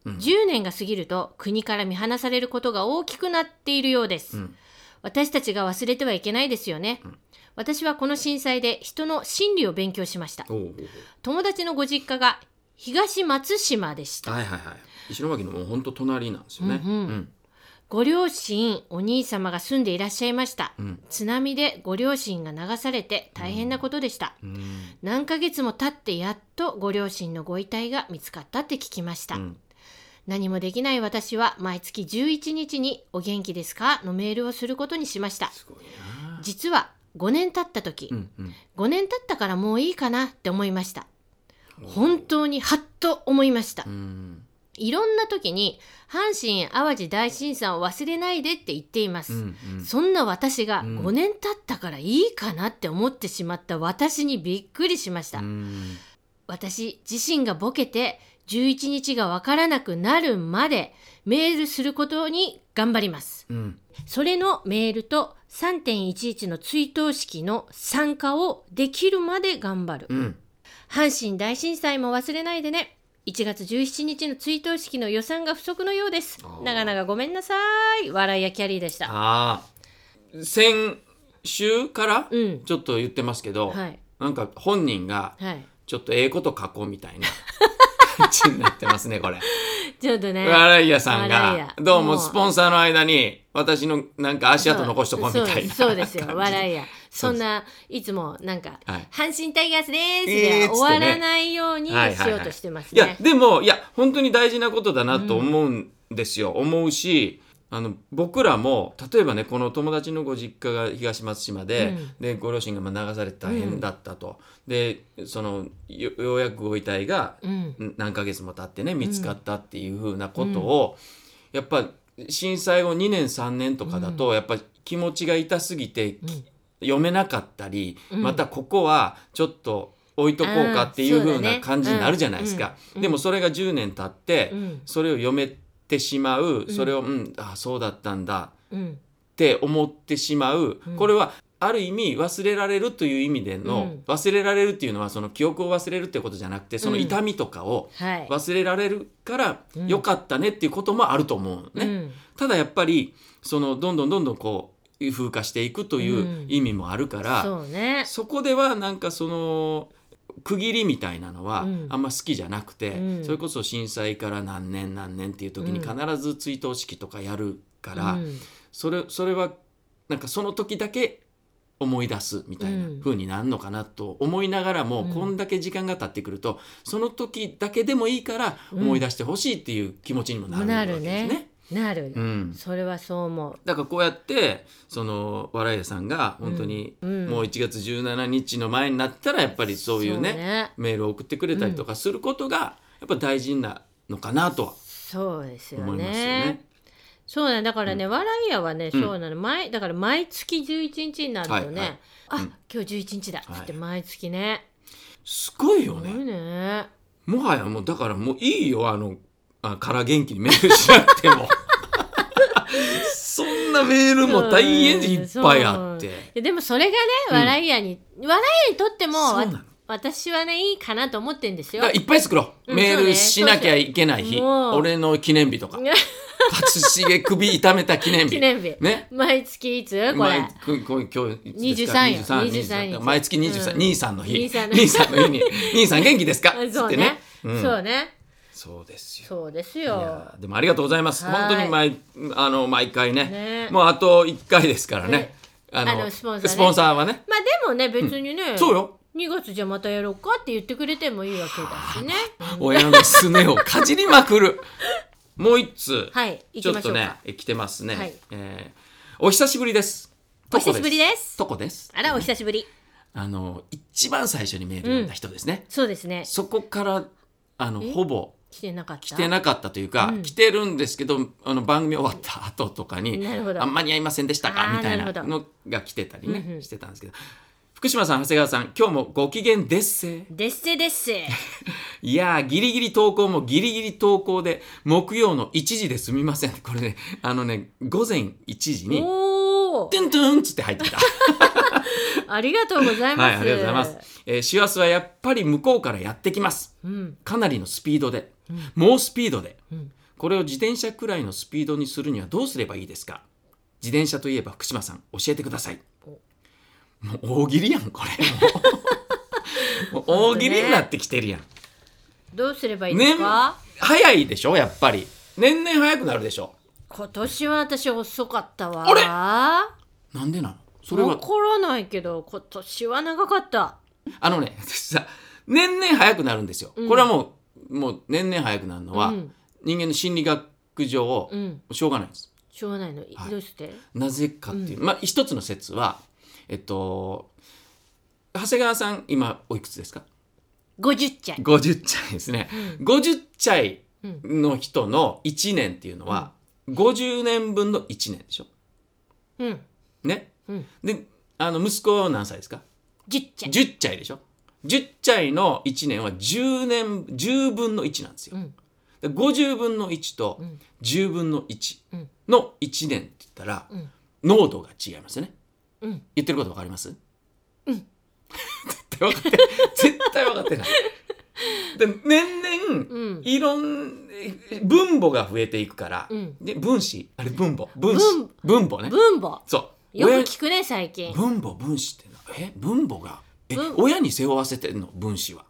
[SPEAKER 2] 10年が過ぎると国から見放されることが大きくなっているようです、
[SPEAKER 1] うん
[SPEAKER 2] 私たちが忘れてはいけないですよね、私はこの震災で人の心理を勉強しました
[SPEAKER 1] おうおう
[SPEAKER 2] 友達のご実家が東松島でし
[SPEAKER 1] おう
[SPEAKER 2] た
[SPEAKER 1] はいはいはい石巻のもうほんと隣なんですよね
[SPEAKER 2] うんうんご両親お兄様が住んでいらっしゃいました、
[SPEAKER 1] うん
[SPEAKER 2] 津波でご両親が流されて大変なことでした、
[SPEAKER 1] うんうん
[SPEAKER 2] 何ヶ月も経ってやっとご両親のご遺体が見つかったって聞きました、
[SPEAKER 1] うん
[SPEAKER 2] 何もできない私は毎月11日に「お元気ですか?」のメールをすることにしました
[SPEAKER 1] すごいな
[SPEAKER 2] 実は5年経った時、
[SPEAKER 1] うんうん
[SPEAKER 2] 5年経ったからもういいかなって思いました本当にハッと思いました、
[SPEAKER 1] うん
[SPEAKER 2] いろんな時に阪神・淡路大震災を忘れないでって言っています、
[SPEAKER 1] うんうん
[SPEAKER 2] そんな私が
[SPEAKER 1] うん
[SPEAKER 2] 5年経ったからいいかなって思ってしまった私にびっくりしました、
[SPEAKER 1] うん
[SPEAKER 2] 私自身がボケて11日がわからなくなるまでメールすることに頑張ります
[SPEAKER 1] うん
[SPEAKER 2] それのメールと3.11の追悼式の参加をできるまで頑張る
[SPEAKER 1] うん
[SPEAKER 2] 阪神大震災も忘れないでね1月17日の追悼式の予算が不足のようです
[SPEAKER 1] あー
[SPEAKER 2] 長々ごめんなさい笑いやキャリーでした
[SPEAKER 1] ああ先週から
[SPEAKER 2] うん
[SPEAKER 1] ちょっと言ってますけど、
[SPEAKER 2] はい
[SPEAKER 1] なんか本人が
[SPEAKER 2] はい
[SPEAKER 1] ちょっとええこと書こうみたい な感じになってますねこれ。
[SPEAKER 2] ちょっとね
[SPEAKER 1] 笑い屋さん
[SPEAKER 2] 笑い屋
[SPEAKER 1] がどう
[SPEAKER 2] も
[SPEAKER 1] も
[SPEAKER 2] う
[SPEAKER 1] スポンサーの間に私のなんか足跡残しとこうみたいな
[SPEAKER 2] そうそうですよ
[SPEAKER 1] 感じで
[SPEAKER 2] 笑いやそんないつもなんか「
[SPEAKER 1] はい
[SPEAKER 2] 阪神タイガースです」
[SPEAKER 1] えー
[SPEAKER 2] で
[SPEAKER 1] っつってね
[SPEAKER 2] 終わらないようにし
[SPEAKER 1] はいはいはい
[SPEAKER 2] ようとしてます
[SPEAKER 1] いや
[SPEAKER 2] ね。
[SPEAKER 1] でもいや本当に大事なことだなと思うんですよ、思うしあの僕らも例えばねこの友達のご実家が東松島で,、
[SPEAKER 2] うん
[SPEAKER 1] でご両親がまあ流されて大変だったと、でそのよようやくご遺体が
[SPEAKER 2] うん
[SPEAKER 1] ん何ヶ月も経ってね見つかったっていうふうなことを、やっぱ震災後2年3年とかだと、やっぱ気持ちが痛すぎて、
[SPEAKER 2] ん
[SPEAKER 1] 読めなかったり、
[SPEAKER 2] うん
[SPEAKER 1] またここはちょっと置いとこうかっていう
[SPEAKER 2] あー
[SPEAKER 1] 風
[SPEAKER 2] そうだ
[SPEAKER 1] な
[SPEAKER 2] ね
[SPEAKER 1] 感じになるじゃないですか、
[SPEAKER 2] うんうん
[SPEAKER 1] でもそれが10年経って、
[SPEAKER 2] うん
[SPEAKER 1] それを読めてしまう、
[SPEAKER 2] ん
[SPEAKER 1] それを「うんあそうだったんだ」
[SPEAKER 2] うん
[SPEAKER 1] って思ってしまう、
[SPEAKER 2] うん
[SPEAKER 1] これはある意味忘れられるという意味で
[SPEAKER 2] う
[SPEAKER 1] の、
[SPEAKER 2] ん
[SPEAKER 1] 忘れられるっていうのはその記憶を忘れるってことじゃなくてその痛みとかを
[SPEAKER 2] はい
[SPEAKER 1] 忘れられるから
[SPEAKER 2] うん
[SPEAKER 1] 良かったねっていうこともあると思うのね、
[SPEAKER 2] うん
[SPEAKER 1] ただやっぱりそのどんどんどんどんこう風化していくという
[SPEAKER 2] うん
[SPEAKER 1] 意味もあるから、
[SPEAKER 2] そうね。
[SPEAKER 1] そこではなんかその区切りみたいなのは
[SPEAKER 2] うん
[SPEAKER 1] あんま好きじゃなくて、
[SPEAKER 2] うん
[SPEAKER 1] それこそ震災から何年何年っていう時に
[SPEAKER 2] う
[SPEAKER 1] 必ず追悼式とかやるか
[SPEAKER 2] う
[SPEAKER 1] ら、
[SPEAKER 2] ん
[SPEAKER 1] それそれはなんかその時だけ思い出すみたいな
[SPEAKER 2] うん
[SPEAKER 1] 風になるのかなと思いながらも、
[SPEAKER 2] うん
[SPEAKER 1] こんだけ時間が経ってくるとその時だけでもいいから
[SPEAKER 2] うん
[SPEAKER 1] 思い出してほしいっていう気持ちにもなるわ
[SPEAKER 2] な
[SPEAKER 1] けで
[SPEAKER 2] る
[SPEAKER 1] すね。
[SPEAKER 2] ね。なる
[SPEAKER 1] う。ん、
[SPEAKER 2] それはそう思う。
[SPEAKER 1] だからこうやってその笑い屋さんが本当に
[SPEAKER 2] うん
[SPEAKER 1] もう1月17日の前になったらやっぱりそういうね,、
[SPEAKER 2] そうね
[SPEAKER 1] メールを送ってくれたりとかすることがやっぱ大事なのかなとは
[SPEAKER 2] そうですよ
[SPEAKER 1] 思いますよ
[SPEAKER 2] ね
[SPEAKER 1] ね。。
[SPEAKER 2] そうね、だからね、笑い屋はね、
[SPEAKER 1] うん
[SPEAKER 2] そうなの、毎、だから毎月11日になるとね。
[SPEAKER 1] はいはい
[SPEAKER 2] あ、
[SPEAKER 1] うん
[SPEAKER 2] 今日11日だ、
[SPEAKER 1] はい
[SPEAKER 2] って毎月ね。
[SPEAKER 1] すごい
[SPEAKER 2] す
[SPEAKER 1] よ
[SPEAKER 2] ご
[SPEAKER 1] ね。
[SPEAKER 2] いね。
[SPEAKER 1] もはやもうだからもういいよあのあから元気にメールしなくて もそんなメールも大変いっぱい
[SPEAKER 2] そう
[SPEAKER 1] あっ
[SPEAKER 2] い
[SPEAKER 1] て
[SPEAKER 2] やでも、それがね、
[SPEAKER 1] うん
[SPEAKER 2] 笑い屋に、笑い屋にとっても、
[SPEAKER 1] そうな
[SPEAKER 2] わ
[SPEAKER 1] のだか
[SPEAKER 2] 私はね、いいかなと思ってんですよ
[SPEAKER 1] ら。いっぱい作ろう、
[SPEAKER 2] うん
[SPEAKER 1] メー
[SPEAKER 2] そう
[SPEAKER 1] ル
[SPEAKER 2] ね
[SPEAKER 1] しなきゃいけない
[SPEAKER 2] そう
[SPEAKER 1] 日
[SPEAKER 2] そうもう
[SPEAKER 1] 俺の記念日とか一茂首痛めた記念 日
[SPEAKER 2] 記念日。
[SPEAKER 1] ね
[SPEAKER 2] 毎月いつ、これ
[SPEAKER 1] 毎。月こ今日
[SPEAKER 2] 23
[SPEAKER 1] ですか
[SPEAKER 2] よ23
[SPEAKER 1] 23 23毎月23、
[SPEAKER 2] うん
[SPEAKER 1] 兄さんの日
[SPEAKER 2] 兄さんの日
[SPEAKER 1] 兄さんの日に「兄さん元気ですか?」っ つ
[SPEAKER 2] そ
[SPEAKER 1] っ
[SPEAKER 2] う
[SPEAKER 1] て
[SPEAKER 2] ね
[SPEAKER 1] ねうん
[SPEAKER 2] そうね。
[SPEAKER 1] そうですよ
[SPEAKER 2] そうです
[SPEAKER 1] い
[SPEAKER 2] よ。
[SPEAKER 1] やーでもありがとうございます。
[SPEAKER 2] はい
[SPEAKER 1] 本当に毎あの毎回ね
[SPEAKER 2] ね
[SPEAKER 1] もうあと1回ですからね。
[SPEAKER 2] ね
[SPEAKER 1] あ
[SPEAKER 2] あのスポンサーね
[SPEAKER 1] はね。
[SPEAKER 2] まあ、でもね、別にね。
[SPEAKER 1] そうよ。
[SPEAKER 2] 2月じゃまたやろうかって言ってくれてもいいわけだしね。
[SPEAKER 1] 親のすねをかじりま くる。もう一通、
[SPEAKER 2] はい、行
[SPEAKER 1] ち
[SPEAKER 2] き
[SPEAKER 1] ょ
[SPEAKER 2] ま
[SPEAKER 1] っ
[SPEAKER 2] しょ
[SPEAKER 1] と
[SPEAKER 2] うか。
[SPEAKER 1] ねえ来てますね。
[SPEAKER 2] はい
[SPEAKER 1] えーお久しぶりです。
[SPEAKER 2] お久しぶりです
[SPEAKER 1] とこです。
[SPEAKER 2] あら、お久しぶり。
[SPEAKER 1] あの一番最初にメール読んだ人ですね。
[SPEAKER 2] そうですね。
[SPEAKER 1] そこからあの
[SPEAKER 2] え
[SPEAKER 1] ほぼ
[SPEAKER 2] 来てなかった。
[SPEAKER 1] 来てなかったというか、
[SPEAKER 2] うん
[SPEAKER 1] 来てるんですけどあの番組終わった後とかに
[SPEAKER 2] なるほど
[SPEAKER 1] あんまに合いませんでした
[SPEAKER 2] あ
[SPEAKER 1] か
[SPEAKER 2] ー
[SPEAKER 1] みたいな
[SPEAKER 2] なるほ
[SPEAKER 1] のが来てたりね、
[SPEAKER 2] うんうん
[SPEAKER 1] してたんですけど福島さん長谷川さん今日もご機嫌ですせ
[SPEAKER 2] でっせでっ せ。
[SPEAKER 1] いやーギリギリ投稿もギリギリ投稿で木曜の1時ですみませんこれねあのね午前1時に
[SPEAKER 2] おお
[SPEAKER 1] 「ト。ゥントゥン」っつって入ってきた。
[SPEAKER 2] ありがとうございま
[SPEAKER 1] は
[SPEAKER 2] す。
[SPEAKER 1] い、ありがとうございます。。えー、師走はやっぱり向こうからやってきます。
[SPEAKER 2] ん
[SPEAKER 1] かなりのスピードで、猛スピードで、
[SPEAKER 2] ん
[SPEAKER 1] これを自転車くらいのスピードにするにはどうすればいいですか自転車といえば福島さん、教えてください。もう大喜利やん、これ。もうもう大喜利になってきてるやん。
[SPEAKER 2] どうすればいいです
[SPEAKER 1] 年
[SPEAKER 2] か、
[SPEAKER 1] 早いでしょ、やっぱり。年々早くなるでしょ。
[SPEAKER 2] 今年は私遅かったわ。
[SPEAKER 1] なんでなのそれ
[SPEAKER 2] わ
[SPEAKER 1] は、
[SPEAKER 2] からないけど、今年は長かった。
[SPEAKER 1] あのね、 私さ、年々早くなるんですよ。
[SPEAKER 2] うん
[SPEAKER 1] これはもう、もう年々早くなるのは、
[SPEAKER 2] うん
[SPEAKER 1] 人間の心理学上、
[SPEAKER 2] うん。
[SPEAKER 1] しょうがないです。
[SPEAKER 2] しょうがないの。
[SPEAKER 1] い
[SPEAKER 2] どうして
[SPEAKER 1] なぜかっていう、まあ一つの説はえっと長谷川さん今おいくつですか
[SPEAKER 2] ?50 ちゃい。
[SPEAKER 1] 50歳ですね、50歳
[SPEAKER 2] うん
[SPEAKER 1] の人の1年っていうのは、50年分の1年でしょ
[SPEAKER 2] うん。
[SPEAKER 1] ね、
[SPEAKER 2] うん
[SPEAKER 1] であの息子は何歳ですか
[SPEAKER 2] 10ちゃい。
[SPEAKER 1] 10歳でしょ10歳の1年は10年10分の1なんですよ、
[SPEAKER 2] うん
[SPEAKER 1] で50分の1と
[SPEAKER 2] ん
[SPEAKER 1] 10分の1
[SPEAKER 2] うん
[SPEAKER 1] の1年って言ったら、
[SPEAKER 2] うん
[SPEAKER 1] 濃度が違いますよね、
[SPEAKER 2] うん
[SPEAKER 1] 言ってること分かります、絶対分 かって絶対分かってないで年々、
[SPEAKER 2] うん
[SPEAKER 1] いろん分母が増えていくから、
[SPEAKER 2] うん
[SPEAKER 1] で分子あれ分母分子分母ね
[SPEAKER 2] 分母。
[SPEAKER 1] そう
[SPEAKER 2] よく
[SPEAKER 1] 親
[SPEAKER 2] 聞くね、最近。
[SPEAKER 1] 分母分子ってのえ分母がえ
[SPEAKER 2] 分
[SPEAKER 1] 親に背負わせてんの分子は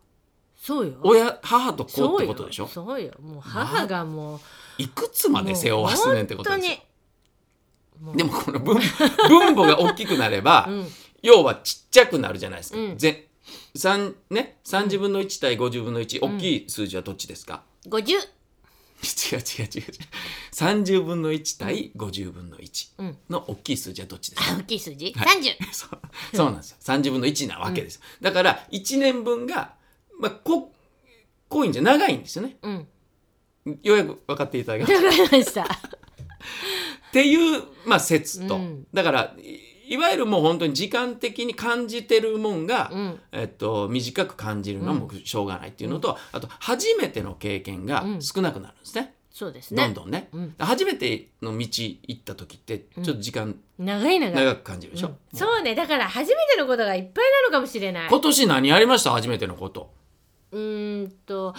[SPEAKER 2] そうよ。
[SPEAKER 1] 親母と子っ
[SPEAKER 2] そ
[SPEAKER 1] て
[SPEAKER 2] う
[SPEAKER 1] こ
[SPEAKER 2] よ
[SPEAKER 1] とでしょ
[SPEAKER 2] そうよ。もう母がもう。
[SPEAKER 1] いくつまで背負わすねんってことでしょ
[SPEAKER 2] 本当に。
[SPEAKER 1] でもこの分分母が大きくなれば、
[SPEAKER 2] うん
[SPEAKER 1] 要はちっちゃくなるじゃないですか。
[SPEAKER 2] うん
[SPEAKER 1] ぜ三ね、30分の1対50分の1、大きい数字はどっちですか、
[SPEAKER 2] 50。
[SPEAKER 1] 違う違う違う違う。30分の1対50分の1の大きい数字はどっちですか、
[SPEAKER 2] あ、大きい数字。
[SPEAKER 1] はい
[SPEAKER 2] 30。
[SPEAKER 1] そうそうなんですよ。30分の1なわけですよ。だから1年分が、まあ、こコインじゃ長いんですよね。
[SPEAKER 2] うん。
[SPEAKER 1] ようやく分かっていただけました
[SPEAKER 2] わかりました。
[SPEAKER 1] っていう、まあ、説と、
[SPEAKER 2] うん
[SPEAKER 1] だからいいわゆるもう本当に時間的に感じてるもんが、
[SPEAKER 2] うん。
[SPEAKER 1] えっと、短く感じるのはもうしょうがないっていうのと、あと初めての経験が
[SPEAKER 2] うん
[SPEAKER 1] 少なくなるんですね、
[SPEAKER 2] そうです
[SPEAKER 1] ど
[SPEAKER 2] ね
[SPEAKER 1] ん。どんね、
[SPEAKER 2] うん
[SPEAKER 1] 初めての道行った時ってちょっと時間
[SPEAKER 2] 長い長い。
[SPEAKER 1] 長く感じるでしょ、
[SPEAKER 2] うんそうね。だから初めてのことがいっぱいなのかもしれない。
[SPEAKER 1] 今年何やりました初めてのこと
[SPEAKER 2] うーんと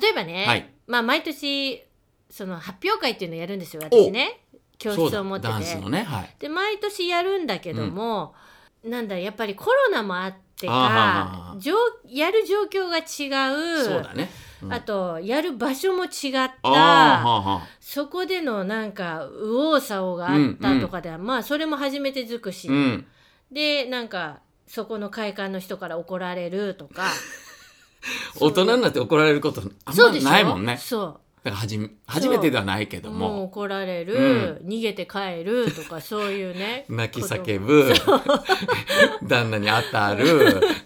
[SPEAKER 2] 例えばね、
[SPEAKER 1] はい
[SPEAKER 2] まあ毎年その発表会っていうのをやるんですよ私ね教
[SPEAKER 1] そう
[SPEAKER 2] 室
[SPEAKER 1] だ
[SPEAKER 2] を持って
[SPEAKER 1] ダン
[SPEAKER 2] て
[SPEAKER 1] スのねはい
[SPEAKER 2] で毎年やるんだけども、なんだやっぱりコロナもあって
[SPEAKER 1] あーはーは
[SPEAKER 2] か
[SPEAKER 1] ー
[SPEAKER 2] 状やる状況が違う
[SPEAKER 1] そうだね、うん
[SPEAKER 2] あとやる場所も違っ
[SPEAKER 1] あーは
[SPEAKER 2] た
[SPEAKER 1] あはあ
[SPEAKER 2] そこでのなんか右往左往があったとかで、まあそれも初めて尽くし、
[SPEAKER 1] うん
[SPEAKER 2] でなんかそこの会館の人から怒られるとか
[SPEAKER 1] 大人になって怒られることあんまりないもんね
[SPEAKER 2] そう
[SPEAKER 1] だからはじめ初めてではないけど
[SPEAKER 2] もう
[SPEAKER 1] も
[SPEAKER 2] 怒られる、逃げて帰るとかそういう ね
[SPEAKER 1] 泣き
[SPEAKER 2] こと
[SPEAKER 1] 叫ぶ 旦那に当たる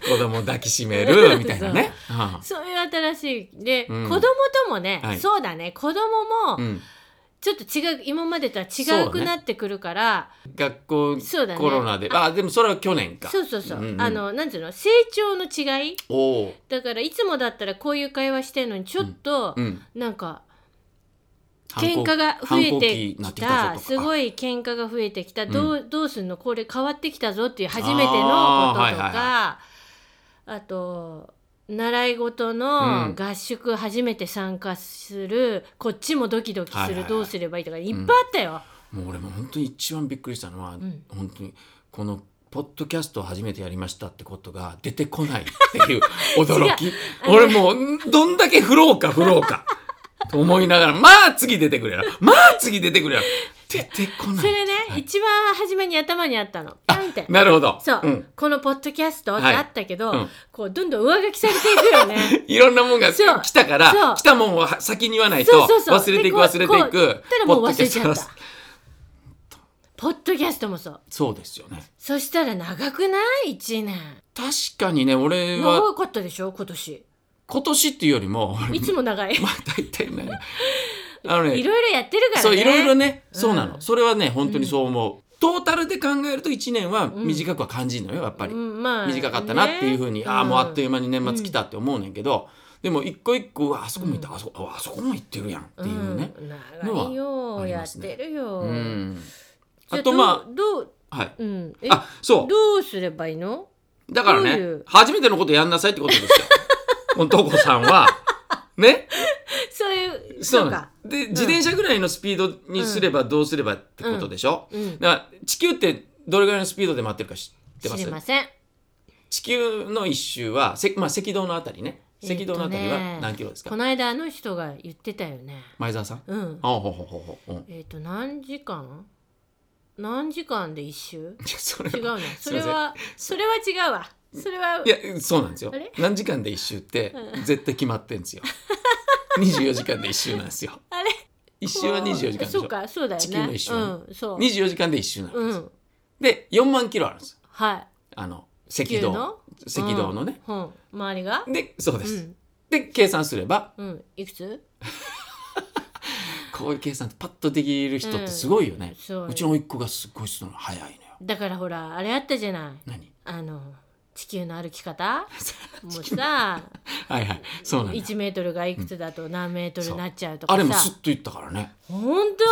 [SPEAKER 1] 子供抱きしめるみたいなね。
[SPEAKER 2] そういう新しいで、
[SPEAKER 1] うん
[SPEAKER 2] 子供ともね、
[SPEAKER 1] はい
[SPEAKER 2] そうだね子供
[SPEAKER 1] う
[SPEAKER 2] も
[SPEAKER 1] ん、
[SPEAKER 2] ちょっと違う、今までとは違
[SPEAKER 1] そうう
[SPEAKER 2] く
[SPEAKER 1] だね
[SPEAKER 2] なってくるから
[SPEAKER 1] 学校
[SPEAKER 2] そうだね
[SPEAKER 1] コロナであでもそれは去年か。
[SPEAKER 2] そう,、そうそう
[SPEAKER 1] うんうん
[SPEAKER 2] あのなんていうの成長の違い
[SPEAKER 1] おお、
[SPEAKER 2] だからいつもだったらこういう会話してるのにちょっと、
[SPEAKER 1] うん、
[SPEAKER 2] なんか
[SPEAKER 1] 反抗
[SPEAKER 2] 喧嘩が増
[SPEAKER 1] 反抗
[SPEAKER 2] え
[SPEAKER 1] 期
[SPEAKER 2] て
[SPEAKER 1] にな
[SPEAKER 2] き
[SPEAKER 1] ってき
[SPEAKER 2] た
[SPEAKER 1] たぞとか
[SPEAKER 2] すごい喧嘩が増えてきた、どうどうすんのこれ変わってきたぞっていう初めてのこととか
[SPEAKER 1] あ
[SPEAKER 2] あ,、
[SPEAKER 1] ーはいはい
[SPEAKER 2] と習い事
[SPEAKER 1] う
[SPEAKER 2] の
[SPEAKER 1] ん
[SPEAKER 2] 合宿初めて参加する、こっちもドキドキする、
[SPEAKER 1] はいはいはい
[SPEAKER 2] どうすればいいとかいっぱいあったよ。
[SPEAKER 1] もう俺も本当に一番びっくりしたのは、
[SPEAKER 2] ん
[SPEAKER 1] 本当にこのポッドキャストを初めてやりましたってことが出てこないっていう驚 き俺もうんどんだけ振ろうか振ろうかと思いながらまあ次出てくれよまあ次出てくれよ出てこない
[SPEAKER 2] それね、
[SPEAKER 1] はい
[SPEAKER 2] 一番初めに頭にあったの。なんて
[SPEAKER 1] なるほど
[SPEAKER 2] そう、
[SPEAKER 1] ん
[SPEAKER 2] このポッドキャストってあったけど、
[SPEAKER 1] はいうん
[SPEAKER 2] こうどんどん上書きされていくよね。
[SPEAKER 1] いろんなもんが
[SPEAKER 2] そう
[SPEAKER 1] 来たか
[SPEAKER 2] そう
[SPEAKER 1] ら来たもんをは先に言わないと
[SPEAKER 2] そうそうそう
[SPEAKER 1] 忘れて
[SPEAKER 2] で
[SPEAKER 1] いく
[SPEAKER 2] こう
[SPEAKER 1] 忘れてい
[SPEAKER 2] こう
[SPEAKER 1] く
[SPEAKER 2] たらもう
[SPEAKER 1] ポッドキャス
[SPEAKER 2] 忘
[SPEAKER 1] ト
[SPEAKER 2] れちゃったポッドキャストもそう。
[SPEAKER 1] そうですよね
[SPEAKER 2] そしたら長くない一年。
[SPEAKER 1] 確かにね俺は
[SPEAKER 2] 長かったでしょ今年
[SPEAKER 1] 今年っていうよりも俺
[SPEAKER 2] いつも長い
[SPEAKER 1] まあ大体ねあの ね
[SPEAKER 2] いろいろやってるからね
[SPEAKER 1] そういろいろね、
[SPEAKER 2] うん
[SPEAKER 1] そうなのそれはね本当にそう思う、トータルで考えると1年は短くは感じるのよやっぱり、
[SPEAKER 2] うんまあ、
[SPEAKER 1] 短かったなっていうふうに、
[SPEAKER 2] ね
[SPEAKER 1] ああもうあっと
[SPEAKER 2] い
[SPEAKER 1] いう間に年末来たって思うねんけど、でも一個一個うわあそこも行った、あそこあそこも行ってるやんっていうね、
[SPEAKER 2] ん、長い
[SPEAKER 1] の
[SPEAKER 2] よ、
[SPEAKER 1] はあり
[SPEAKER 2] や
[SPEAKER 1] ま
[SPEAKER 2] っ
[SPEAKER 1] すね
[SPEAKER 2] てるよ、
[SPEAKER 1] うん
[SPEAKER 2] じゃ
[SPEAKER 1] あとま
[SPEAKER 2] どうどう
[SPEAKER 1] あはい
[SPEAKER 2] うんえ
[SPEAKER 1] あそう
[SPEAKER 2] どうすればいいの
[SPEAKER 1] だから
[SPEAKER 2] どうい
[SPEAKER 1] ね
[SPEAKER 2] う
[SPEAKER 1] 初めてのことやんなさいってこ とですよこのとこさんはね
[SPEAKER 2] そういう
[SPEAKER 1] そうな
[SPEAKER 2] か
[SPEAKER 1] んですで自転車ぐらいのスピードにすればどうすればってことでしょ、
[SPEAKER 2] うん
[SPEAKER 1] だから地球ってどれぐらいのスピードで回ってるか知ってま
[SPEAKER 2] 知
[SPEAKER 1] す
[SPEAKER 2] りません
[SPEAKER 1] 地球の一周は、せまあ、赤道のあたりね
[SPEAKER 2] えーと
[SPEAKER 1] 赤
[SPEAKER 2] ね
[SPEAKER 1] 道のあたりは何キロですか、
[SPEAKER 2] この間あの人が言ってたよね
[SPEAKER 1] 前澤さん
[SPEAKER 2] うん
[SPEAKER 1] あほうほうほうほう、うん、い
[SPEAKER 2] えっ、と何時間何時間で一周
[SPEAKER 1] やそれ
[SPEAKER 2] 違うねそ
[SPEAKER 1] すいません
[SPEAKER 2] れはそれは違うわそれはい
[SPEAKER 1] やそうなんですよ
[SPEAKER 2] あれ
[SPEAKER 1] 何時間で一周って絶対決まってんですよ24時間で一周なんで すよ
[SPEAKER 2] あれ
[SPEAKER 1] 一周は24時間でし
[SPEAKER 2] そう
[SPEAKER 1] ょ
[SPEAKER 2] かそうだよね
[SPEAKER 1] 地球の一周は
[SPEAKER 2] うんそう
[SPEAKER 1] 24時間で一周なんです、
[SPEAKER 2] うん
[SPEAKER 1] で4万キロあるんです
[SPEAKER 2] はい
[SPEAKER 1] あの赤
[SPEAKER 2] 球
[SPEAKER 1] 道
[SPEAKER 2] の
[SPEAKER 1] 赤道のね、、
[SPEAKER 2] うんうん周りが
[SPEAKER 1] でそうで
[SPEAKER 2] う
[SPEAKER 1] す、
[SPEAKER 2] ん
[SPEAKER 1] で計算すれば
[SPEAKER 2] うんいくつ
[SPEAKER 1] こういう計算パッとできる人ってすごいよね、
[SPEAKER 2] うんそう
[SPEAKER 1] うちの甥っ子がすごいその早いのよ
[SPEAKER 2] だからほらあれあったじゃない
[SPEAKER 1] 何
[SPEAKER 2] あの地球の歩き方もうさ
[SPEAKER 1] はいはいそうなんだ
[SPEAKER 2] 1メートルがいくつだと何メートルになっちゃうとか
[SPEAKER 1] あ
[SPEAKER 2] さ
[SPEAKER 1] れもスッといったからね
[SPEAKER 2] 本
[SPEAKER 1] そう
[SPEAKER 2] 当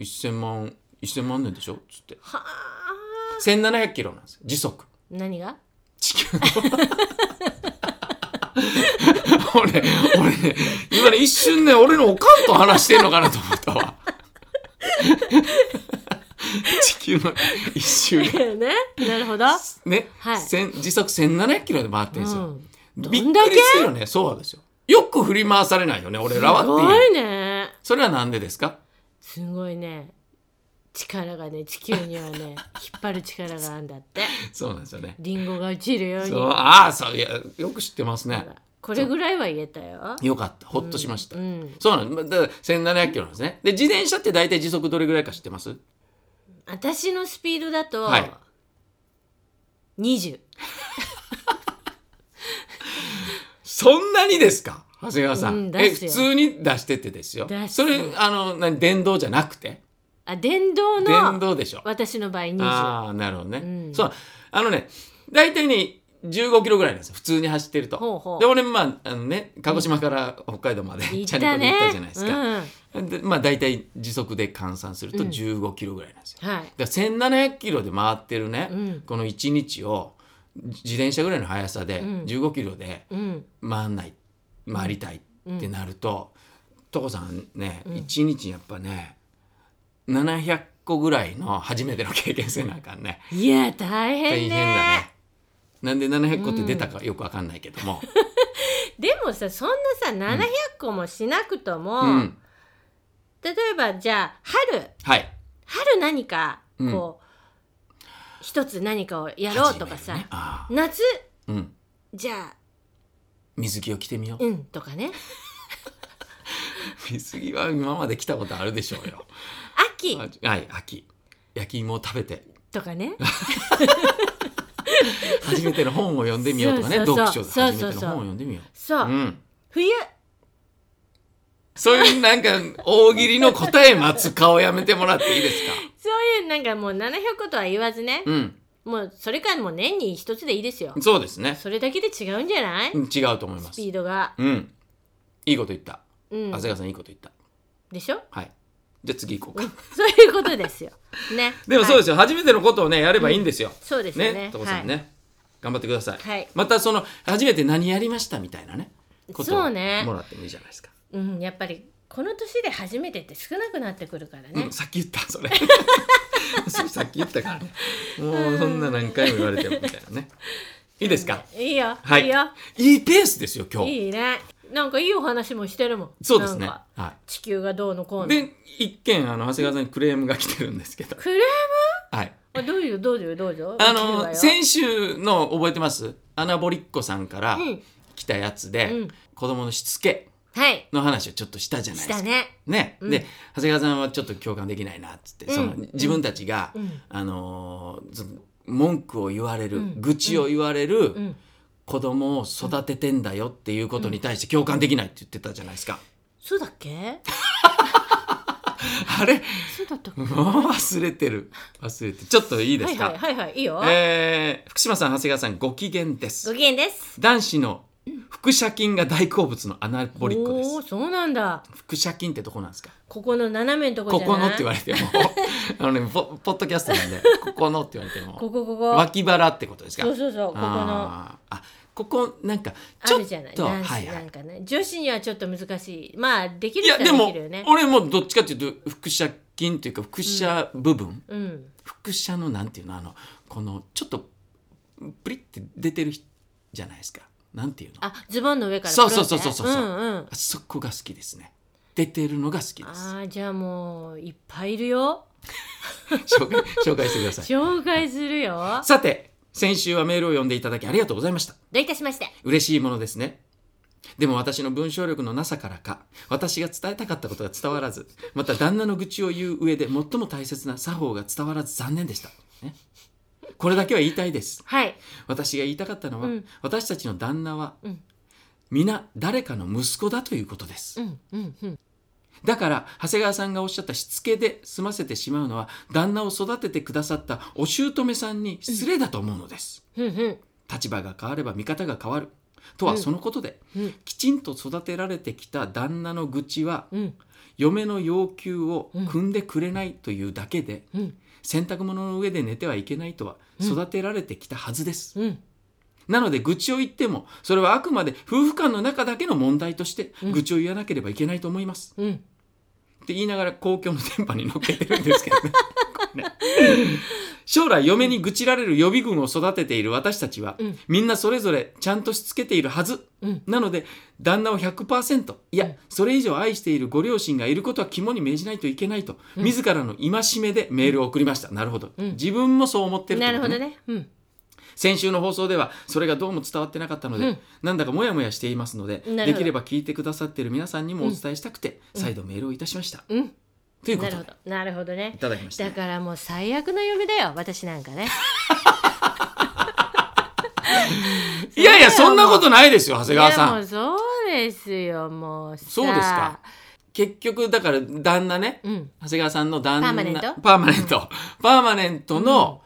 [SPEAKER 1] 1000万1000万年でしょつって
[SPEAKER 2] はあ
[SPEAKER 1] 1700キロなんですよ時速
[SPEAKER 2] 何が
[SPEAKER 1] 地球の俺俺ね今ね一瞬ね俺のおかんと話してんのかなと思っ たわ地球の一周が
[SPEAKER 2] だよねなるほど、
[SPEAKER 1] ね、
[SPEAKER 2] はい
[SPEAKER 1] 千時速1700キロで回って
[SPEAKER 2] うん
[SPEAKER 1] ですよ、
[SPEAKER 2] ん、
[SPEAKER 1] びっくりするよねそうですよよく振り回されないよね俺ら
[SPEAKER 2] す
[SPEAKER 1] はって
[SPEAKER 2] ご
[SPEAKER 1] いう
[SPEAKER 2] いね
[SPEAKER 1] それはなんでですか
[SPEAKER 2] すごいね力がね地球に はね引っ張る力があるんだって
[SPEAKER 1] そうなんですよね。
[SPEAKER 2] リンゴが落ちるように
[SPEAKER 1] そうああそういやよく知ってます
[SPEAKER 2] ほ
[SPEAKER 1] ね
[SPEAKER 2] ら。これぐらいは言えたよ
[SPEAKER 1] よかったほっとしました。
[SPEAKER 2] うん
[SPEAKER 1] そうなんです。だから1700キロなんですね。で自転車って大体時速どれぐらいか知ってます？
[SPEAKER 2] 私のスピードだと、
[SPEAKER 1] はい
[SPEAKER 2] 20
[SPEAKER 1] そんなにですか長谷川さん。
[SPEAKER 2] うん
[SPEAKER 1] え
[SPEAKER 2] 出す
[SPEAKER 1] 普
[SPEAKER 2] よ
[SPEAKER 1] 通に出しててですよ
[SPEAKER 2] 出。す
[SPEAKER 1] それあの何電動じゃなくて
[SPEAKER 2] あ電動の
[SPEAKER 1] 電動でしょ。
[SPEAKER 2] 私の場合20
[SPEAKER 1] ああなるほどね。
[SPEAKER 2] うん
[SPEAKER 1] そうあのね大体ね15キロぐらいなんですよ普通に走ってると。
[SPEAKER 2] ほうほう
[SPEAKER 1] で俺まああのね鹿児島から北海道まで、
[SPEAKER 2] 行
[SPEAKER 1] チ
[SPEAKER 2] っ
[SPEAKER 1] ャリ
[SPEAKER 2] た
[SPEAKER 1] ンコで
[SPEAKER 2] ね
[SPEAKER 1] 行ったじゃないですか。
[SPEAKER 2] うん
[SPEAKER 1] でまあ大体時速で換算すると
[SPEAKER 2] うん
[SPEAKER 1] 15キロぐらいなんですよ。
[SPEAKER 2] はい
[SPEAKER 1] だから1700キロで回ってるね、
[SPEAKER 2] うん
[SPEAKER 1] この1日を自転車ぐらいの速さで
[SPEAKER 2] うん
[SPEAKER 1] 15キロで
[SPEAKER 2] うん
[SPEAKER 1] 回んない回りたいってなると、とこさんね、
[SPEAKER 2] ん
[SPEAKER 1] 一1日やっぱね700個ぐらいの初めての経験せなあかんね
[SPEAKER 2] いや大変ね
[SPEAKER 1] 大変だね。なんで700個って出たかよくわかんないけども、
[SPEAKER 2] でもさそんなさ700個もしなくとも、
[SPEAKER 1] うん、
[SPEAKER 2] 例えばじゃあ春
[SPEAKER 1] はい
[SPEAKER 2] 春何か
[SPEAKER 1] うん
[SPEAKER 2] こう、一つ何かをやろうとかさ、
[SPEAKER 1] 初めてねああ
[SPEAKER 2] 夏
[SPEAKER 1] うん、
[SPEAKER 2] じゃあ
[SPEAKER 1] 水着を着て みよう
[SPEAKER 2] うんとかね
[SPEAKER 1] 水着は今まで来たことあるでしょうよ。
[SPEAKER 2] 秋
[SPEAKER 1] あはい、秋。焼き芋を食べて、
[SPEAKER 2] とかね
[SPEAKER 1] 初めての本を読んでみようとかね、
[SPEAKER 2] そうそうそう
[SPEAKER 1] 読書で初めての本を読んでみよ。
[SPEAKER 2] そうう、
[SPEAKER 1] うん。
[SPEAKER 2] 冬
[SPEAKER 1] そういうなんか、大喜利の答え待つ顔やめてもらっていいですか
[SPEAKER 2] そういうなんかもう700個とは言わずね、
[SPEAKER 1] うん。
[SPEAKER 2] もうそれかもう年に一つでいいですよ
[SPEAKER 1] そうですね。
[SPEAKER 2] それだけで違うんじゃない、
[SPEAKER 1] うん違うと思いま
[SPEAKER 2] ス
[SPEAKER 1] す
[SPEAKER 2] ピ。ードが、
[SPEAKER 1] うん。いいこと言った。
[SPEAKER 2] うん
[SPEAKER 1] 長、谷川さんいいこと言った。
[SPEAKER 2] でしょ
[SPEAKER 1] はい。じゃあ次行こうか。
[SPEAKER 2] そういうことです よね
[SPEAKER 1] でもそう
[SPEAKER 2] はい
[SPEAKER 1] ですよ。初めてのことをね、やればいいんですよ。
[SPEAKER 2] そうですよね
[SPEAKER 1] ね。とこさんね。頑張ってください。
[SPEAKER 2] はい
[SPEAKER 1] またその、初めて何やりましたみたいなね。ことを
[SPEAKER 2] そう
[SPEAKER 1] も
[SPEAKER 2] ね
[SPEAKER 1] らってもいいじゃないですか。
[SPEAKER 2] はいうん、やっぱりこの年で初めてって少なくなってくるからね、
[SPEAKER 1] うん、さっき言った それそれさっき言ったからねもうそんな何回も言われてもみたいなねいいですか
[SPEAKER 2] いいよ、
[SPEAKER 1] はい
[SPEAKER 2] いよ
[SPEAKER 1] いいペースですよ今日
[SPEAKER 2] いいね。なんかいいお話もしてるもん。
[SPEAKER 1] そうですね
[SPEAKER 2] なんか
[SPEAKER 1] は
[SPEAKER 2] 地球がどうのこう
[SPEAKER 1] い
[SPEAKER 2] の。
[SPEAKER 1] で一件あの長谷川さんにクレームが来てるんですけど
[SPEAKER 2] クレーム
[SPEAKER 1] はい
[SPEAKER 2] あどういうどういうどういう。
[SPEAKER 1] あ
[SPEAKER 2] 聞くわ
[SPEAKER 1] の
[SPEAKER 2] よ
[SPEAKER 1] 先週の覚えてますアナボリッコさんから
[SPEAKER 2] うん
[SPEAKER 1] 来たやつで、
[SPEAKER 2] うん
[SPEAKER 1] 子供のしつけ
[SPEAKER 2] はい。
[SPEAKER 1] の話をちょっとしたじゃない
[SPEAKER 2] し
[SPEAKER 1] です
[SPEAKER 2] た
[SPEAKER 1] か
[SPEAKER 2] ね。
[SPEAKER 1] ね、
[SPEAKER 2] うん
[SPEAKER 1] で長谷川さんはちょっと共感できないなっつって、
[SPEAKER 2] うん
[SPEAKER 1] その自分たちが、
[SPEAKER 2] うん
[SPEAKER 1] あのーず文句を言われる、
[SPEAKER 2] うん
[SPEAKER 1] 愚痴を言われる、
[SPEAKER 2] うん。
[SPEAKER 1] 子供を育ててんだよっていうことに対して共感できないって言ってたじゃないですか。
[SPEAKER 2] そうだっけ？
[SPEAKER 1] あれ
[SPEAKER 2] そうだったっけ。
[SPEAKER 1] もう忘れてる忘れてるちょっといいで
[SPEAKER 2] は
[SPEAKER 1] す
[SPEAKER 2] い
[SPEAKER 1] か、
[SPEAKER 2] はいはいはいいいよ。
[SPEAKER 1] えー福島さん長谷川さんご機嫌で
[SPEAKER 2] ご
[SPEAKER 1] す
[SPEAKER 2] 機嫌です。
[SPEAKER 1] 男子の腹斜筋が大好物のアナボリッコで
[SPEAKER 2] おー
[SPEAKER 1] す
[SPEAKER 2] そうなんだ。
[SPEAKER 1] 腹斜筋ってどこなんですか
[SPEAKER 2] ここの斜めのとこ
[SPEAKER 1] こ
[SPEAKER 2] じゃない。
[SPEAKER 1] このって言われても あのねポポッドキャストなんでここのって言われても
[SPEAKER 2] ここここ。
[SPEAKER 1] 脇腹ってことですか
[SPEAKER 2] そうそうそうここの。
[SPEAKER 1] あーあここなんか
[SPEAKER 2] あ
[SPEAKER 1] ちょ
[SPEAKER 2] る
[SPEAKER 1] っ
[SPEAKER 2] じゃない。
[SPEAKER 1] と
[SPEAKER 2] 男子
[SPEAKER 1] はいは
[SPEAKER 2] ないんかね、女子にはちょっと難しい。まあでき
[SPEAKER 1] い
[SPEAKER 2] る
[SPEAKER 1] や
[SPEAKER 2] 人
[SPEAKER 1] で
[SPEAKER 2] はで
[SPEAKER 1] も
[SPEAKER 2] きるよね。
[SPEAKER 1] 俺もどっちかっていうと腹斜筋というか腹斜部分、
[SPEAKER 2] うん。
[SPEAKER 1] 腹斜のなんていうのあのこのちょっとプリって出てるひじゃないですかなんていうのあ
[SPEAKER 2] あズボンの上から
[SPEAKER 1] そう
[SPEAKER 2] ポロン
[SPEAKER 1] そう
[SPEAKER 2] って
[SPEAKER 1] そうそうそうそうん
[SPEAKER 2] うん。
[SPEAKER 1] そこが好きですね出てるのが好きです
[SPEAKER 2] あーじゃあもういっぱいいるよ
[SPEAKER 1] 紹介紹介してください
[SPEAKER 2] 紹介するよ
[SPEAKER 1] さて先週はメールを読んでいただきありがとうございました
[SPEAKER 2] どういたしまして
[SPEAKER 1] 嬉しいものですねでも私の文章力のなさからか私が伝えたかったことが伝わらずまた旦那の愚痴を言う上で最も大切な作法が伝わらず残念でした、ね、これだけは言いたいです
[SPEAKER 2] はい
[SPEAKER 1] 私が言いたかったのは、
[SPEAKER 2] うん
[SPEAKER 1] 私たちの旦那は、
[SPEAKER 2] うん
[SPEAKER 1] 皆誰かの息子だということです、
[SPEAKER 2] うんうんうん
[SPEAKER 1] だから長谷川さんがおっしゃったしつけで済ませてしまうのは旦那を育ててくださったお姑さんに失礼だと思うのです、
[SPEAKER 2] ふんふん
[SPEAKER 1] 立場が変われば見方が変わるとはそのことで、
[SPEAKER 2] うん
[SPEAKER 1] きちんと育てられてきた旦那の愚痴は
[SPEAKER 2] うん
[SPEAKER 1] 嫁の要求を汲んでくれないというだけで、
[SPEAKER 2] うん
[SPEAKER 1] 洗濯物の上で寝てはいけないとは育てられてきたはずです、
[SPEAKER 2] うん
[SPEAKER 1] なので愚痴を言ってもそれはあくまで夫婦間の中だけの問題として愚痴を言わなければいけないと思います、
[SPEAKER 2] うん
[SPEAKER 1] って言いながら公共の電波に乗っけてるんですけどね 将来嫁に愚痴られる予備軍を育てている私たちは、
[SPEAKER 2] うん
[SPEAKER 1] みんなそれぞれちゃんとしつけているはず、
[SPEAKER 2] うん
[SPEAKER 1] なので旦那を100%いや、
[SPEAKER 2] うん
[SPEAKER 1] それ以上愛しているご両親がいることは肝に銘じないといけないと、自らの戒めでメールを送りましたなるほど、
[SPEAKER 2] うん
[SPEAKER 1] 自分もそう思ってるって
[SPEAKER 2] な
[SPEAKER 1] こと
[SPEAKER 2] るほどね。うん。
[SPEAKER 1] 先週の放送ではそれがどうも伝わってなかったので、
[SPEAKER 2] うん
[SPEAKER 1] なんだかモヤモヤしていますので
[SPEAKER 2] なるほど
[SPEAKER 1] できれば聞いてくださっている皆さんにもお伝えしたくて、再度メールをいたしました、
[SPEAKER 2] うん。
[SPEAKER 1] というこ
[SPEAKER 2] な
[SPEAKER 1] と
[SPEAKER 2] る
[SPEAKER 1] で
[SPEAKER 2] ほど。なるほどね
[SPEAKER 1] い。ただきました
[SPEAKER 2] だからもう最悪の嫁だよ、私なんかね。
[SPEAKER 1] いやいやそんなことないですよ長
[SPEAKER 2] い
[SPEAKER 1] 谷川
[SPEAKER 2] や
[SPEAKER 1] さ
[SPEAKER 2] も
[SPEAKER 1] ん
[SPEAKER 2] うそうですよ、もうさ。
[SPEAKER 1] そうですか。結局だから旦那ね
[SPEAKER 2] うん。
[SPEAKER 1] 長谷川さんの旦那
[SPEAKER 2] パーマネント
[SPEAKER 1] パーマネントパーマネントの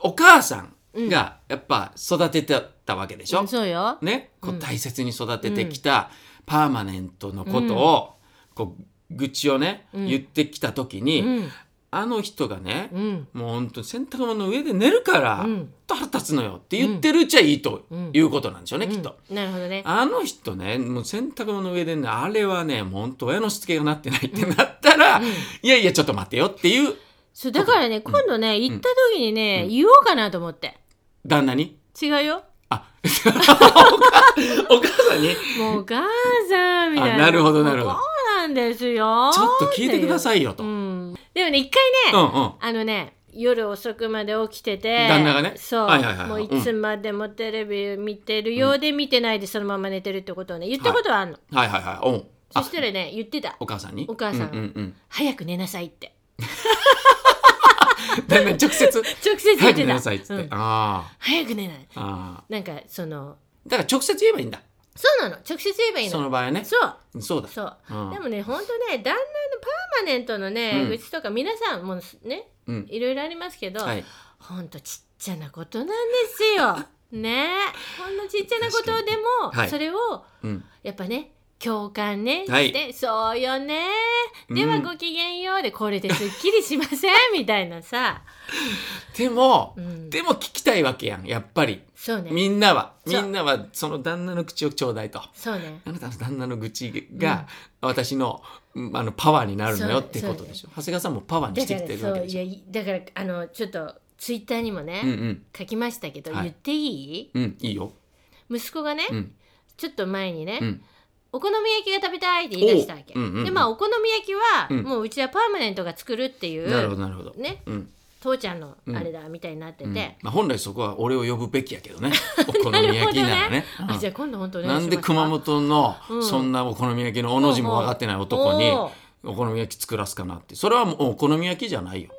[SPEAKER 1] お母さんがやっぱ育ててたわけでしょ、
[SPEAKER 2] そうよ。
[SPEAKER 1] ね、こ
[SPEAKER 2] う
[SPEAKER 1] うん大切に育ててきたパーマネントのことを、こう愚痴をね、
[SPEAKER 2] うん
[SPEAKER 1] 言ってきた時に、
[SPEAKER 2] うん。
[SPEAKER 1] あの人がね、
[SPEAKER 2] うん。
[SPEAKER 1] もうほんと洗濯物の上で寝るから、
[SPEAKER 2] う
[SPEAKER 1] ほん
[SPEAKER 2] ん。
[SPEAKER 1] と腹立つのよって言ってるっちゃいいと
[SPEAKER 2] うん
[SPEAKER 1] いうことなんでしょうね、きっと。
[SPEAKER 2] うん。なるほどね。
[SPEAKER 1] あの人ね、もう洗濯物の上でね、あれはね、もうほんと親のしつけがなってないってなったら、いやいや、ちょっと待てよっていう
[SPEAKER 2] そう、だからね、今度ね、行った時にね、言おうかなと思って。
[SPEAKER 1] 旦那に、
[SPEAKER 2] 違うよ。
[SPEAKER 1] あ、お母お母さんに、
[SPEAKER 2] もうお母さんみたいな。
[SPEAKER 1] あなるほどなるほど
[SPEAKER 2] そうなんですよ。
[SPEAKER 1] ちょっと聞いてくださいよと。
[SPEAKER 2] う
[SPEAKER 1] うん
[SPEAKER 2] ん。でもね、一回
[SPEAKER 1] う
[SPEAKER 2] ね、
[SPEAKER 1] ん。
[SPEAKER 2] あのね、夜遅くまで起きてて、
[SPEAKER 1] 旦那がね
[SPEAKER 2] そう、
[SPEAKER 1] はいはいはい
[SPEAKER 2] もういつまでもテレビ見てるようで見てないでそのまま寝てるってことをね、言ったことはあんの。
[SPEAKER 1] はいはいはい。おん
[SPEAKER 2] そしたらね、言ってた。
[SPEAKER 1] お母さんに
[SPEAKER 2] お母さん
[SPEAKER 1] うんうんうん。
[SPEAKER 2] 早く寝なさいって。
[SPEAKER 1] だんだん直接、
[SPEAKER 2] 直接言
[SPEAKER 1] 早
[SPEAKER 2] っ
[SPEAKER 1] く
[SPEAKER 2] て
[SPEAKER 1] 寝
[SPEAKER 2] た。
[SPEAKER 1] なさいっつって。
[SPEAKER 2] うん
[SPEAKER 1] あ
[SPEAKER 2] 早く寝ない。
[SPEAKER 1] あ。ああ。
[SPEAKER 2] なんか、その、
[SPEAKER 1] だから直接言えばいいんだ。
[SPEAKER 2] そうなの。直接言えばいい
[SPEAKER 1] そ
[SPEAKER 2] の。
[SPEAKER 1] の場合ね。
[SPEAKER 2] そう。
[SPEAKER 1] そうだ。
[SPEAKER 2] そう、
[SPEAKER 1] うん
[SPEAKER 2] でもね本当ね旦那のパーマネントのね、
[SPEAKER 1] うん
[SPEAKER 2] 愚痴とか皆さんもね
[SPEAKER 1] うん。
[SPEAKER 2] いろいろありますけど、
[SPEAKER 1] はい。
[SPEAKER 2] ほんとちっちゃなことなんです よ。ねほんのちっちゃなことでも、
[SPEAKER 1] 確かにはい
[SPEAKER 2] それを
[SPEAKER 1] うん。
[SPEAKER 2] やっぱね共感ね
[SPEAKER 1] はい
[SPEAKER 2] して、そうよね
[SPEAKER 1] うん
[SPEAKER 2] ではごきげんようでこれですっきりしませ んみたいなさ、
[SPEAKER 1] でも
[SPEAKER 2] う、ん、
[SPEAKER 1] でも聞きたいわけやん、やっぱり。
[SPEAKER 2] そうね
[SPEAKER 1] みんなは、み
[SPEAKER 2] そうん
[SPEAKER 1] なはその旦那の口をちょうだいと。
[SPEAKER 2] そうね
[SPEAKER 1] あなたの旦那の愚痴が私の,、うんあのパワーになるのよってことでしょ。長谷川さんもパワーに
[SPEAKER 2] だ
[SPEAKER 1] し
[SPEAKER 2] か
[SPEAKER 1] て
[SPEAKER 2] ら
[SPEAKER 1] きてるわ
[SPEAKER 2] そう
[SPEAKER 1] けで
[SPEAKER 2] い
[SPEAKER 1] しょ。
[SPEAKER 2] やいだからあのちょっとツイッターにもね、
[SPEAKER 1] うんうん。
[SPEAKER 2] 書きましたけど、
[SPEAKER 1] はい
[SPEAKER 2] 言っていい
[SPEAKER 1] うん、いいよ。
[SPEAKER 2] 息子がね、
[SPEAKER 1] うん。
[SPEAKER 2] ちょっと前にね、
[SPEAKER 1] うん。
[SPEAKER 2] お好み焼きが食べたいって言い出したわけ、
[SPEAKER 1] おううんうんうん
[SPEAKER 2] でまあお好み焼きは、
[SPEAKER 1] うん
[SPEAKER 2] もううちはパーマネントが作るってい
[SPEAKER 1] なるほ
[SPEAKER 2] う
[SPEAKER 1] ど、なるほど。
[SPEAKER 2] ね
[SPEAKER 1] うん。
[SPEAKER 2] 父ちゃんのあれだみたいになってて、
[SPEAKER 1] うんまあ、本来そこは俺を呼ぶべきやけどね お好み焼きならね
[SPEAKER 2] あじゃ
[SPEAKER 1] う
[SPEAKER 2] あ今度本当
[SPEAKER 1] んなんで熊本の
[SPEAKER 2] うん
[SPEAKER 1] そんなお好み焼きのおの字も分かってない男にお好み焼き作らすかなってそれはもうお好み焼きじゃないよ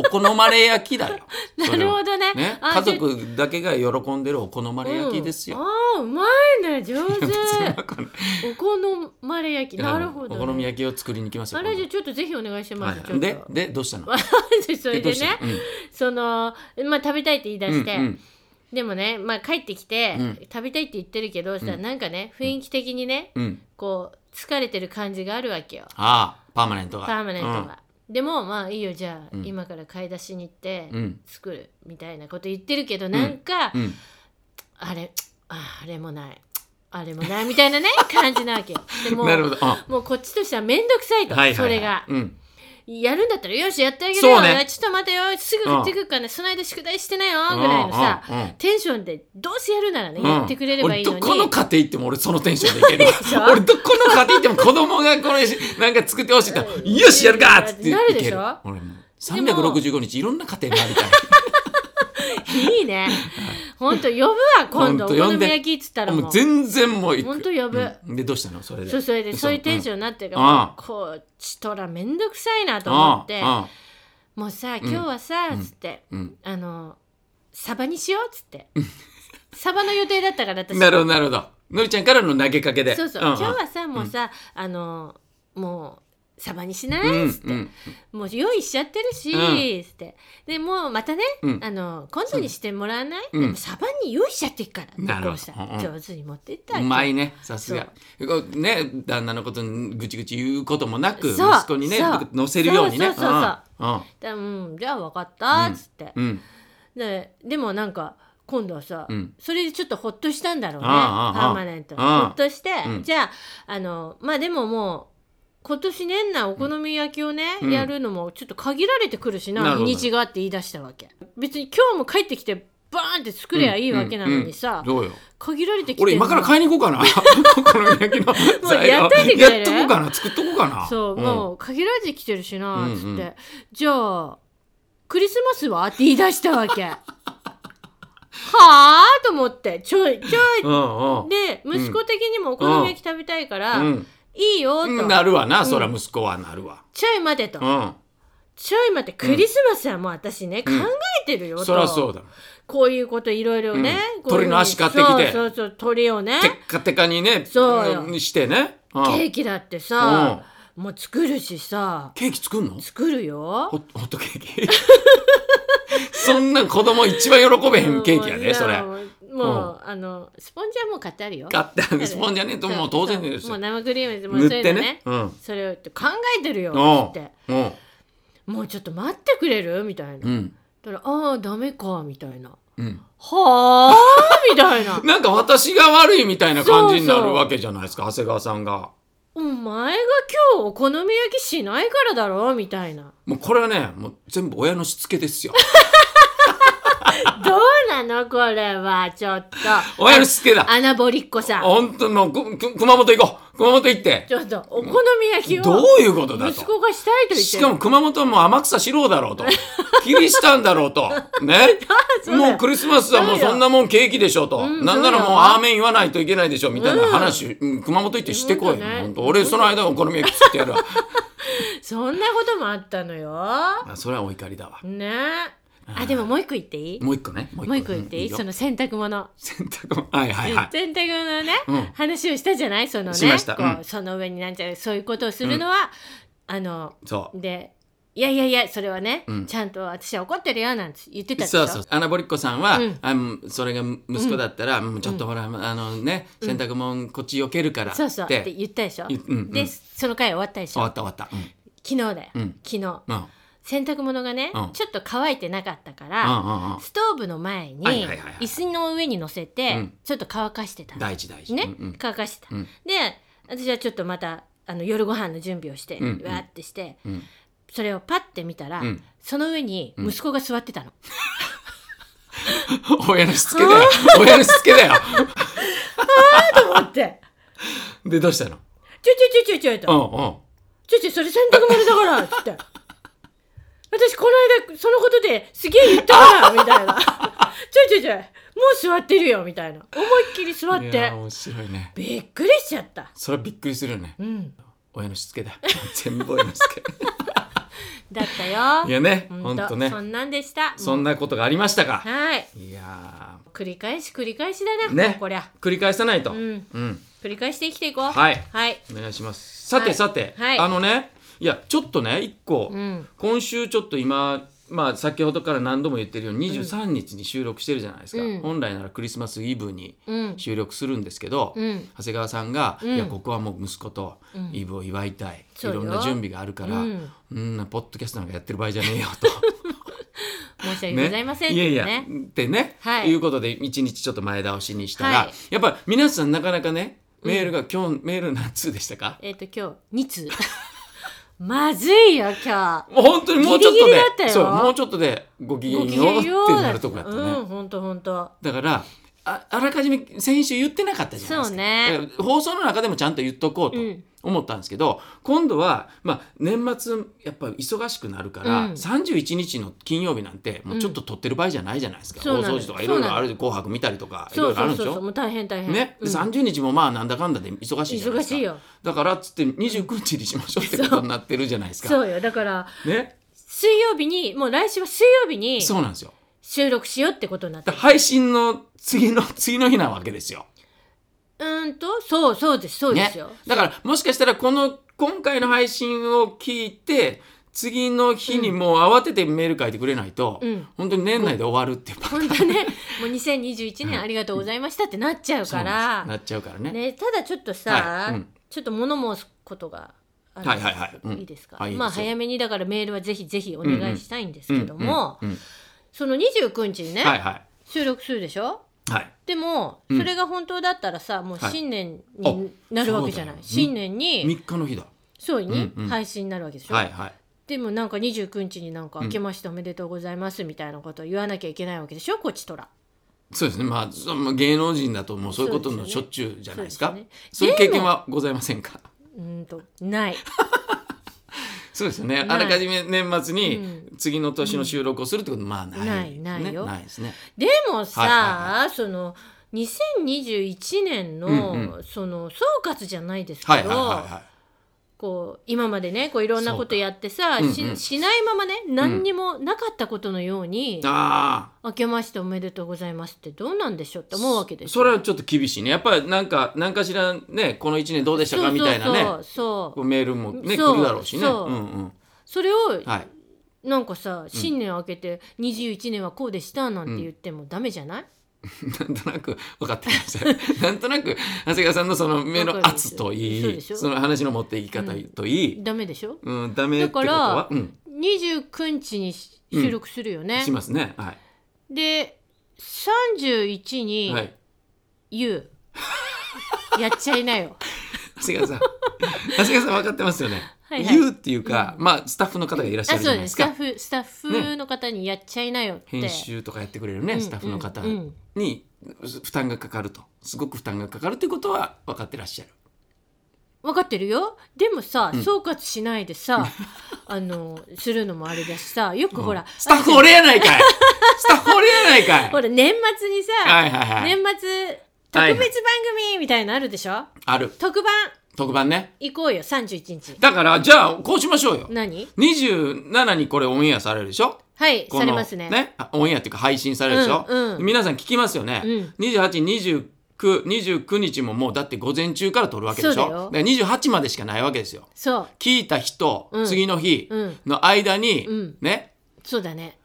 [SPEAKER 1] お好まれ焼きだよ
[SPEAKER 2] な
[SPEAKER 1] それ
[SPEAKER 2] る
[SPEAKER 1] は
[SPEAKER 2] ほどね
[SPEAKER 1] ね
[SPEAKER 2] あ
[SPEAKER 1] 家族だけが喜んでるお好ま
[SPEAKER 2] じゃ
[SPEAKER 1] れ焼きです
[SPEAKER 2] うん
[SPEAKER 1] よ、
[SPEAKER 2] あーうまい ね上
[SPEAKER 1] 別に
[SPEAKER 2] 手
[SPEAKER 1] わかんない
[SPEAKER 2] お好まれ焼きなるほど、ね、
[SPEAKER 1] お好み焼きを作りに来ますよ
[SPEAKER 2] あれじゃあちょっとぜひお願いし
[SPEAKER 1] 今度
[SPEAKER 2] ます、
[SPEAKER 1] はい
[SPEAKER 2] ちょ
[SPEAKER 1] で
[SPEAKER 2] っと
[SPEAKER 1] でどうしたの
[SPEAKER 2] それ
[SPEAKER 1] ど
[SPEAKER 2] で
[SPEAKER 1] うし
[SPEAKER 2] ね
[SPEAKER 1] たの
[SPEAKER 2] そのまあ食べたいって言い出
[SPEAKER 1] うん
[SPEAKER 2] して、
[SPEAKER 1] うん
[SPEAKER 2] でもね、まあ、帰ってきて、
[SPEAKER 1] うん
[SPEAKER 2] 食べたいって言ってるけど、さ
[SPEAKER 1] うん
[SPEAKER 2] なんかね雰囲気的にね
[SPEAKER 1] うんうん
[SPEAKER 2] こう疲れてる感じがあるわけよ
[SPEAKER 1] ああパーマネント
[SPEAKER 2] パ
[SPEAKER 1] が
[SPEAKER 2] ーマネントが。でもまあいいよじゃあ、
[SPEAKER 1] うん
[SPEAKER 2] 今から買い出しに行って
[SPEAKER 1] うんうん
[SPEAKER 2] 作るみたいなこと言ってるけど、なんか、
[SPEAKER 1] うん
[SPEAKER 2] あれああれもないあれもないみたいな ね感じなわけよ。でも
[SPEAKER 1] なるほ
[SPEAKER 2] う
[SPEAKER 1] ど、うんはい
[SPEAKER 2] もうこっちとしては面倒くさいと、
[SPEAKER 1] はいはい
[SPEAKER 2] それが。
[SPEAKER 1] うん
[SPEAKER 2] やるんだったらよしやってあげるよ、
[SPEAKER 1] そうね
[SPEAKER 2] ちょっと待てよすぐ
[SPEAKER 1] う
[SPEAKER 2] 買
[SPEAKER 1] ん
[SPEAKER 2] ってくるからね、その間宿題してないよぐらいのさ。
[SPEAKER 1] うんうん
[SPEAKER 2] テンションでどうせやるならね、
[SPEAKER 1] うん
[SPEAKER 2] やってくれればいいのに
[SPEAKER 1] 俺どこの家庭行っても俺そのテンションでいけるわ
[SPEAKER 2] でしょ
[SPEAKER 1] 俺どこの家庭行っても子供がこれしなんか作ってほしいって言ったらよしやるかっつっていける
[SPEAKER 2] なるでしょ
[SPEAKER 1] 俺もう
[SPEAKER 2] でも
[SPEAKER 1] 365日いろんな家庭回りた い
[SPEAKER 2] いいね本当呼ぶわ今度お
[SPEAKER 1] ほんと呼
[SPEAKER 2] 好
[SPEAKER 1] ん
[SPEAKER 2] み
[SPEAKER 1] で
[SPEAKER 2] 焼きっつったらも
[SPEAKER 1] も
[SPEAKER 2] う
[SPEAKER 1] う全然もう行く
[SPEAKER 2] ほんと呼ぶ
[SPEAKER 1] うんでどうしたのそれで
[SPEAKER 2] そうそれで
[SPEAKER 1] 嘘
[SPEAKER 2] そういうテンションになってるから、
[SPEAKER 1] うん
[SPEAKER 2] もうこうちとらめんどくさいなと思って
[SPEAKER 1] ああ
[SPEAKER 2] もうさ今日はさ、
[SPEAKER 1] うん
[SPEAKER 2] つって
[SPEAKER 1] うん
[SPEAKER 2] あのサバにしようっつってサバの予定だったから私
[SPEAKER 1] なるほどなるほどのりちゃんからの投げかけで
[SPEAKER 2] そうそう、
[SPEAKER 1] んん
[SPEAKER 2] 今日はさもうさ、あのもうサバにしな
[SPEAKER 1] うん
[SPEAKER 2] いっつって、
[SPEAKER 1] うん
[SPEAKER 2] もう用意しちゃってるし、
[SPEAKER 1] う
[SPEAKER 2] つってでもうまたね、
[SPEAKER 1] うん
[SPEAKER 2] あの今度にしてもらわない、
[SPEAKER 1] うん
[SPEAKER 2] でもサバに用意しちゃってっから
[SPEAKER 1] なるほど
[SPEAKER 2] こうさ
[SPEAKER 1] うんうん
[SPEAKER 2] 上手に持ってったわ
[SPEAKER 1] う
[SPEAKER 2] け
[SPEAKER 1] まいねさすがこうね旦那のことにぐちぐち言うこともなく息
[SPEAKER 2] そう
[SPEAKER 1] 子にね
[SPEAKER 2] そう
[SPEAKER 1] 乗せるようにね
[SPEAKER 2] そうそうそうそう
[SPEAKER 1] うんうん
[SPEAKER 2] だうんじゃあ分かったっつって、
[SPEAKER 1] うん
[SPEAKER 2] ででもなんか今度はさ、
[SPEAKER 1] うん
[SPEAKER 2] それでちょっとほっとしたんだろうね
[SPEAKER 1] ああああ
[SPEAKER 2] パーマネント
[SPEAKER 1] あ
[SPEAKER 2] ほ
[SPEAKER 1] あ
[SPEAKER 2] っとして、
[SPEAKER 1] うん
[SPEAKER 2] じゃああのまあでももう今年年内お好み焼きをね、
[SPEAKER 1] うん
[SPEAKER 2] やるのもちょっと限られてくるし
[SPEAKER 1] なる
[SPEAKER 2] な
[SPEAKER 1] ほ
[SPEAKER 2] 日
[SPEAKER 1] ど
[SPEAKER 2] にちがって言い出したわけ別に今日も帰ってきてバーンって作りゃいいわけなのにさ、
[SPEAKER 1] どうよ
[SPEAKER 2] 限られてきて
[SPEAKER 1] 俺今から
[SPEAKER 2] 帰
[SPEAKER 1] 買いに行こ うかなお好み焼きの材料
[SPEAKER 2] やっといてくれる
[SPEAKER 1] やっとこうかな作っとこうかな
[SPEAKER 2] そう、
[SPEAKER 1] ん
[SPEAKER 2] もう限られてきてるしな
[SPEAKER 1] うんうん
[SPEAKER 2] つって、じゃあクリスマスはって言い出したわ けはあと思ってちょいちょい
[SPEAKER 1] うんうん
[SPEAKER 2] で
[SPEAKER 1] ん
[SPEAKER 2] 息子的にもお好み焼き食べたいから、
[SPEAKER 1] うん
[SPEAKER 2] いいよと、
[SPEAKER 1] うんなるわなそら息子はなるわ
[SPEAKER 2] ちょい待てと、
[SPEAKER 1] う
[SPEAKER 2] ちょい待てクリスマスはもう私ね、
[SPEAKER 1] うん
[SPEAKER 2] 考えてるよと
[SPEAKER 1] んそらそうだ
[SPEAKER 2] こういうこといろいろね、
[SPEAKER 1] うん
[SPEAKER 2] こういうふうに
[SPEAKER 1] 鳥の足買ってきて
[SPEAKER 2] そうそうそう鳥をね
[SPEAKER 1] テッカテカにね
[SPEAKER 2] そうよ
[SPEAKER 1] んしてねうん
[SPEAKER 2] ケーキだってさ、もう作るしさ
[SPEAKER 1] ケーキ作んの
[SPEAKER 2] 作るよ
[SPEAKER 1] ホッホットケーキ そんなん子供一番喜べへんケーキや
[SPEAKER 2] う
[SPEAKER 1] ね
[SPEAKER 2] ん
[SPEAKER 1] それ
[SPEAKER 2] もう、もうあのスポンジはもう買ってあるよ
[SPEAKER 1] 買ったんでスポンジはね
[SPEAKER 2] そう
[SPEAKER 1] もう当然です
[SPEAKER 2] そうも
[SPEAKER 1] よ
[SPEAKER 2] う生クリームでもう
[SPEAKER 1] 塗っ
[SPEAKER 2] そういう
[SPEAKER 1] て
[SPEAKER 2] の
[SPEAKER 1] ね
[SPEAKER 2] ね
[SPEAKER 1] うん
[SPEAKER 2] それを考えてるよ
[SPEAKER 1] うん
[SPEAKER 2] つって
[SPEAKER 1] うん
[SPEAKER 2] もうちょっと待ってくれるみたいな、
[SPEAKER 1] う
[SPEAKER 2] だ
[SPEAKER 1] ん
[SPEAKER 2] からああダメかみたいな
[SPEAKER 1] うん
[SPEAKER 2] はあみたいな
[SPEAKER 1] なんか私が悪いみたいな感じになるわけじゃないですか長谷川さんが
[SPEAKER 2] お前が今日お好み焼きしないからだろみたいな
[SPEAKER 1] もうこれはねもう全部親のしつけですよ
[SPEAKER 2] どうなのこれはちょっと
[SPEAKER 1] 親のしつけだ
[SPEAKER 2] 穴掘りっこさん
[SPEAKER 1] 本当のくく熊本行こう熊本行って
[SPEAKER 2] ちょっとお好み焼きを
[SPEAKER 1] どういうことだ
[SPEAKER 2] 息
[SPEAKER 1] と
[SPEAKER 2] 子がしたいと言って
[SPEAKER 1] しかも熊本はもう天草四郎だろう とキリシタンだろうとね
[SPEAKER 2] そうだよ
[SPEAKER 1] もうクリスマスはもう
[SPEAKER 2] そうよ
[SPEAKER 1] そんなもんケーキでしょうと、
[SPEAKER 2] ん
[SPEAKER 1] なんなら
[SPEAKER 2] そう
[SPEAKER 1] もう
[SPEAKER 2] よ
[SPEAKER 1] アーメン言わないといけないでしょうみたいな話、うん熊本行ってしてこいよ、
[SPEAKER 2] 本当ね
[SPEAKER 1] 本当俺その間お好み焼き作ってやるわ
[SPEAKER 2] そんなこともあったのよ
[SPEAKER 1] あそれはお怒りだわ
[SPEAKER 2] ねあでももう一個言っていい
[SPEAKER 1] もう一個ねも
[SPEAKER 2] もう一個言っていい
[SPEAKER 1] よ
[SPEAKER 2] その洗濯物
[SPEAKER 1] 洗濯物はいはいはい
[SPEAKER 2] 洗濯物のね、
[SPEAKER 1] うん
[SPEAKER 2] 話をしたじゃないそのね
[SPEAKER 1] しました
[SPEAKER 2] こ
[SPEAKER 1] うん
[SPEAKER 2] うその上になんちゃらそういうことをするのは、あの
[SPEAKER 1] そう
[SPEAKER 2] でいやいやいやそれはね、
[SPEAKER 1] うん
[SPEAKER 2] ちゃんと私は怒ってるよなんて言ってたでし
[SPEAKER 1] そ
[SPEAKER 2] ょ
[SPEAKER 1] うそうアナボリッコさんは、
[SPEAKER 2] うん
[SPEAKER 1] あのそれが息子だったら、うんちょっとほら、あのね洗濯物こっち避けるからって、
[SPEAKER 2] そうそうって言ったでしょ、
[SPEAKER 1] 言っうんうん
[SPEAKER 2] でその回終わったでし
[SPEAKER 1] 終わっ
[SPEAKER 2] ょ
[SPEAKER 1] た終わった、う
[SPEAKER 2] 昨日だよ、
[SPEAKER 1] うん
[SPEAKER 2] 昨日
[SPEAKER 1] んうん
[SPEAKER 2] 洗濯物がね、
[SPEAKER 1] うん
[SPEAKER 2] ちょっと乾いてなかったか
[SPEAKER 1] う
[SPEAKER 2] ら、
[SPEAKER 1] んうんうん
[SPEAKER 2] ストーブの前に
[SPEAKER 1] はいはいはいはい
[SPEAKER 2] 椅子の上に乗せて、
[SPEAKER 1] うん
[SPEAKER 2] ちょっと乾かしてたの
[SPEAKER 1] 大事大事
[SPEAKER 2] ね、
[SPEAKER 1] うんうん
[SPEAKER 2] 乾かしてた、
[SPEAKER 1] うん
[SPEAKER 2] で私はちょっとまたあの夜ご飯の準備をして、
[SPEAKER 1] うんうん
[SPEAKER 2] わーってして
[SPEAKER 1] うん
[SPEAKER 2] それをパッて見たら、
[SPEAKER 1] うん
[SPEAKER 2] その上に息子が座ってたの、
[SPEAKER 1] 親のしつけだよ親のしつけだよ
[SPEAKER 2] あって
[SPEAKER 1] でど うしたの
[SPEAKER 2] 「ちょちょちょちょちょ」
[SPEAKER 1] う
[SPEAKER 2] と
[SPEAKER 1] んうん
[SPEAKER 2] 「ちょちょそれ洗濯物だから」っつって「私この間そのことですげえ言ったから」みたいな「ちょちょちょもう座ってるよ」みたいな思いっきり座っ
[SPEAKER 1] いや
[SPEAKER 2] て
[SPEAKER 1] ー面白いね
[SPEAKER 2] びっくりしちゃった
[SPEAKER 1] それはびっくりするよね
[SPEAKER 2] うん
[SPEAKER 1] 親のしつけ だ全部親のしつけ
[SPEAKER 2] だったよ
[SPEAKER 1] いやね
[SPEAKER 2] ほ
[SPEAKER 1] ほ
[SPEAKER 2] ん
[SPEAKER 1] ん
[SPEAKER 2] と
[SPEAKER 1] とね
[SPEAKER 2] そんなんでした
[SPEAKER 1] そんなことがありましたか
[SPEAKER 2] はい
[SPEAKER 1] いや
[SPEAKER 2] 繰り返し繰り返しだな、
[SPEAKER 1] ーね
[SPEAKER 2] こりゃ
[SPEAKER 1] 繰り返さないと
[SPEAKER 2] うん
[SPEAKER 1] うん
[SPEAKER 2] 繰り返して生きていこう
[SPEAKER 1] はい
[SPEAKER 2] はい
[SPEAKER 1] お願いしますさ
[SPEAKER 2] は
[SPEAKER 1] て
[SPEAKER 2] い
[SPEAKER 1] さて、
[SPEAKER 2] はい
[SPEAKER 1] あのねいやちょっとね一個、
[SPEAKER 2] うん
[SPEAKER 1] 今週ちょっと今まあ先ほどから何度も言ってるように23日に収録してるじゃないですか、
[SPEAKER 2] うん
[SPEAKER 1] 本来ならクリスマスイブに
[SPEAKER 2] うん
[SPEAKER 1] 収録するんですけど、
[SPEAKER 2] うん
[SPEAKER 1] 長谷川さんが、
[SPEAKER 2] うん
[SPEAKER 1] いやここはもう息子と
[SPEAKER 2] うん
[SPEAKER 1] イブを祝いたい、
[SPEAKER 2] そう
[SPEAKER 1] い
[SPEAKER 2] よ
[SPEAKER 1] ろんな準備があるから、
[SPEAKER 2] う
[SPEAKER 1] うんん、なポッドキャストなんかやってる場合じゃねえよ と。
[SPEAKER 2] 申し訳ございません、
[SPEAKER 1] いやいや
[SPEAKER 2] ね
[SPEAKER 1] ってね、
[SPEAKER 2] はい
[SPEAKER 1] い、うことで一日ちょっと前倒しにしたら、
[SPEAKER 2] はい
[SPEAKER 1] やっぱ皆さんなかなかねメールが、今日メール何通でしたか
[SPEAKER 2] えっ、と今日2通 まずいよ今
[SPEAKER 1] もう本当にもうちょっと
[SPEAKER 2] ギリギ
[SPEAKER 1] で
[SPEAKER 2] リだったよ
[SPEAKER 1] そうもうちょっとでご機
[SPEAKER 2] 日
[SPEAKER 1] 嫌
[SPEAKER 2] ごきげ
[SPEAKER 1] ようんって
[SPEAKER 2] よう
[SPEAKER 1] なるとこやったね、
[SPEAKER 2] うん本当本当
[SPEAKER 1] だからああらかじめ先週言ってなかったじゃないですか
[SPEAKER 2] そうね
[SPEAKER 1] だから放送の中でもちゃんと言っとこう
[SPEAKER 2] う
[SPEAKER 1] と
[SPEAKER 2] ん
[SPEAKER 1] 思ったんですけど、今度は、まあ、年末やっぱ忙しくなるから、
[SPEAKER 2] うん
[SPEAKER 1] 31日の金曜日なんてもうちょっと撮ってる場合じゃないじゃないですか、
[SPEAKER 2] そう
[SPEAKER 1] 大
[SPEAKER 2] なの
[SPEAKER 1] 掃除とかいろいろあるで「紅白」見たりとかいろいろあるんでしょ
[SPEAKER 2] そうそうそうもう大変大変
[SPEAKER 1] ね、
[SPEAKER 2] うん
[SPEAKER 1] 30日もまあなんだかんだで忙しいじゃないで
[SPEAKER 2] 忙
[SPEAKER 1] すか
[SPEAKER 2] しいよ
[SPEAKER 1] だからっつって29日にしましょうってことになってるじゃないですか
[SPEAKER 2] そうよだから
[SPEAKER 1] ね
[SPEAKER 2] 水曜日にもう来週は水曜日に
[SPEAKER 1] そうなんですよ
[SPEAKER 2] 収録しようってことになっ
[SPEAKER 1] だ
[SPEAKER 2] た
[SPEAKER 1] から配信の次の次の日なわけですよ、
[SPEAKER 2] うーんとそうそうですそうで
[SPEAKER 1] ね
[SPEAKER 2] すよ、、
[SPEAKER 1] だからもしかしたらこの今回の配信を聞いて次の日にもう慌ててメール書いてくれないと、
[SPEAKER 2] うん
[SPEAKER 1] 本当に年内で終わるっていうパターン
[SPEAKER 2] 本当ねもう2021年ありがとうございましたってなっちゃう
[SPEAKER 1] そう
[SPEAKER 2] か
[SPEAKER 1] な
[SPEAKER 2] ら
[SPEAKER 1] んですなっちゃうからね
[SPEAKER 2] ね、ただちょっとさ、
[SPEAKER 1] はいうん
[SPEAKER 2] ちょっと物申すことがある
[SPEAKER 1] はいはいはいうん
[SPEAKER 2] いいですか、
[SPEAKER 1] はいいいですよ
[SPEAKER 2] まあ早めにだからメールはぜひぜひお願いしたいんですけども、
[SPEAKER 1] うんうんうん
[SPEAKER 2] その29日にね、
[SPEAKER 1] はいは
[SPEAKER 2] 収録するでしょ
[SPEAKER 1] いはい
[SPEAKER 2] でも、
[SPEAKER 1] うん
[SPEAKER 2] それが本当だったらさもう
[SPEAKER 1] はい
[SPEAKER 2] 新年
[SPEAKER 1] あ
[SPEAKER 2] になるわけじゃない、
[SPEAKER 1] そうだよ
[SPEAKER 2] 新年に
[SPEAKER 1] 3日の日だ
[SPEAKER 2] そうに
[SPEAKER 1] うんうん
[SPEAKER 2] 配信になるわけでしょ、
[SPEAKER 1] はいはい
[SPEAKER 2] でもなんか29日になんか「明けましておめでとうございます」みたいなことを言わなきゃいけないわけでしょこっちとら。
[SPEAKER 1] そうですねまあそまあ芸能人だともうそういうことのしょっちゅうじゃないです
[SPEAKER 2] そ
[SPEAKER 1] かそうう
[SPEAKER 2] ですね
[SPEAKER 1] いう経験はございませんか
[SPEAKER 2] うーんとない。
[SPEAKER 1] そうですよね
[SPEAKER 2] ない
[SPEAKER 1] あらかじめ年末
[SPEAKER 2] う
[SPEAKER 1] に次の年の収録をするってことまあない、
[SPEAKER 2] ないないよ
[SPEAKER 1] ねないですね
[SPEAKER 2] でもさ、
[SPEAKER 1] はいはい
[SPEAKER 2] その2021年の、
[SPEAKER 1] うん
[SPEAKER 2] その総括じゃないです
[SPEAKER 1] は
[SPEAKER 2] け
[SPEAKER 1] い
[SPEAKER 2] ど、
[SPEAKER 1] はいはいはい
[SPEAKER 2] こう今までねこういろんなことやってさ、
[SPEAKER 1] そうか
[SPEAKER 2] し
[SPEAKER 1] うんうん
[SPEAKER 2] しないままね何にもなかったことのように「
[SPEAKER 1] あ
[SPEAKER 2] 明けましておめでとうございます」ってどうなんでしょうって思うわけで
[SPEAKER 1] あ
[SPEAKER 2] す
[SPEAKER 1] それはちょっと厳しいねやっぱりなんか何かしらねこの1年どうでしたかみたいな
[SPEAKER 2] そう
[SPEAKER 1] ね
[SPEAKER 2] そう
[SPEAKER 1] こ
[SPEAKER 2] そう
[SPEAKER 1] うメールもね
[SPEAKER 2] そう
[SPEAKER 1] 来るだろうしね
[SPEAKER 2] そうん
[SPEAKER 1] うん
[SPEAKER 2] それを、
[SPEAKER 1] はい
[SPEAKER 2] なんかさ新年明けて「21年はこうでした」なんて言ってもダメじゃない、
[SPEAKER 1] なんとなく分かってきました。 なんとなく長谷川さんのその目の圧とい
[SPEAKER 2] そうで
[SPEAKER 1] い、
[SPEAKER 2] しょ
[SPEAKER 1] その話の持っていき方といい、
[SPEAKER 2] ダメでしょ
[SPEAKER 1] うん、ダメってこと
[SPEAKER 2] だ
[SPEAKER 1] は
[SPEAKER 2] か、
[SPEAKER 1] うん、
[SPEAKER 2] 29日にし
[SPEAKER 1] うん
[SPEAKER 2] 収録するよね
[SPEAKER 1] し、ますね。は
[SPEAKER 2] で31
[SPEAKER 1] い。は
[SPEAKER 2] に
[SPEAKER 1] い。
[SPEAKER 2] 言 う、やっちゃいなよ
[SPEAKER 1] 長谷 川さん、長谷川さん分かってますよね。
[SPEAKER 2] はいはい
[SPEAKER 1] 言うっていうか、まあスタッフの方がいらっしゃ
[SPEAKER 2] あ
[SPEAKER 1] るじゃ
[SPEAKER 2] そう
[SPEAKER 1] ないで
[SPEAKER 2] です
[SPEAKER 1] す
[SPEAKER 2] スタッ
[SPEAKER 1] か。
[SPEAKER 2] フスタッフ
[SPEAKER 1] ね
[SPEAKER 2] の方にやっちゃいなよって、
[SPEAKER 1] 編集とかやってくれるね、
[SPEAKER 2] うん
[SPEAKER 1] スタッフの方
[SPEAKER 2] うんうん
[SPEAKER 1] に負担がかかると、すごく負担がかかるっていうことは分かってらっしゃる。
[SPEAKER 2] 分かってるよでもさ、
[SPEAKER 1] うん
[SPEAKER 2] 総括しないで さあのするのもあれだしさよくほら、
[SPEAKER 1] うんスタッフ俺やない かい。スタッフ俺やないかい。
[SPEAKER 2] ほら年末にさ、
[SPEAKER 1] はいはいはい。
[SPEAKER 2] 年末特
[SPEAKER 1] はい
[SPEAKER 2] 別番組みたいなのあるでしょ、
[SPEAKER 1] ある
[SPEAKER 2] 特番
[SPEAKER 1] 特番ね。
[SPEAKER 2] 行こうよ31日
[SPEAKER 1] だからじゃあこうしましょうよ
[SPEAKER 2] 何
[SPEAKER 1] 27にこれオンエアされるでしょ
[SPEAKER 2] はい
[SPEAKER 1] こ
[SPEAKER 2] さ
[SPEAKER 1] の
[SPEAKER 2] れますね
[SPEAKER 1] あオンエアっていうか配信されるでしょ、
[SPEAKER 2] うんうん
[SPEAKER 1] 皆さん聞きますよね、
[SPEAKER 2] うん
[SPEAKER 1] 2829 29日ももうだって午前中から撮るわけでしょ
[SPEAKER 2] そうだよ
[SPEAKER 1] から28までしかないわけですよ
[SPEAKER 2] そう
[SPEAKER 1] 聞いた日と
[SPEAKER 2] うん
[SPEAKER 1] 次の日
[SPEAKER 2] うん
[SPEAKER 1] の間に、
[SPEAKER 2] うん
[SPEAKER 1] ね
[SPEAKER 2] そうだね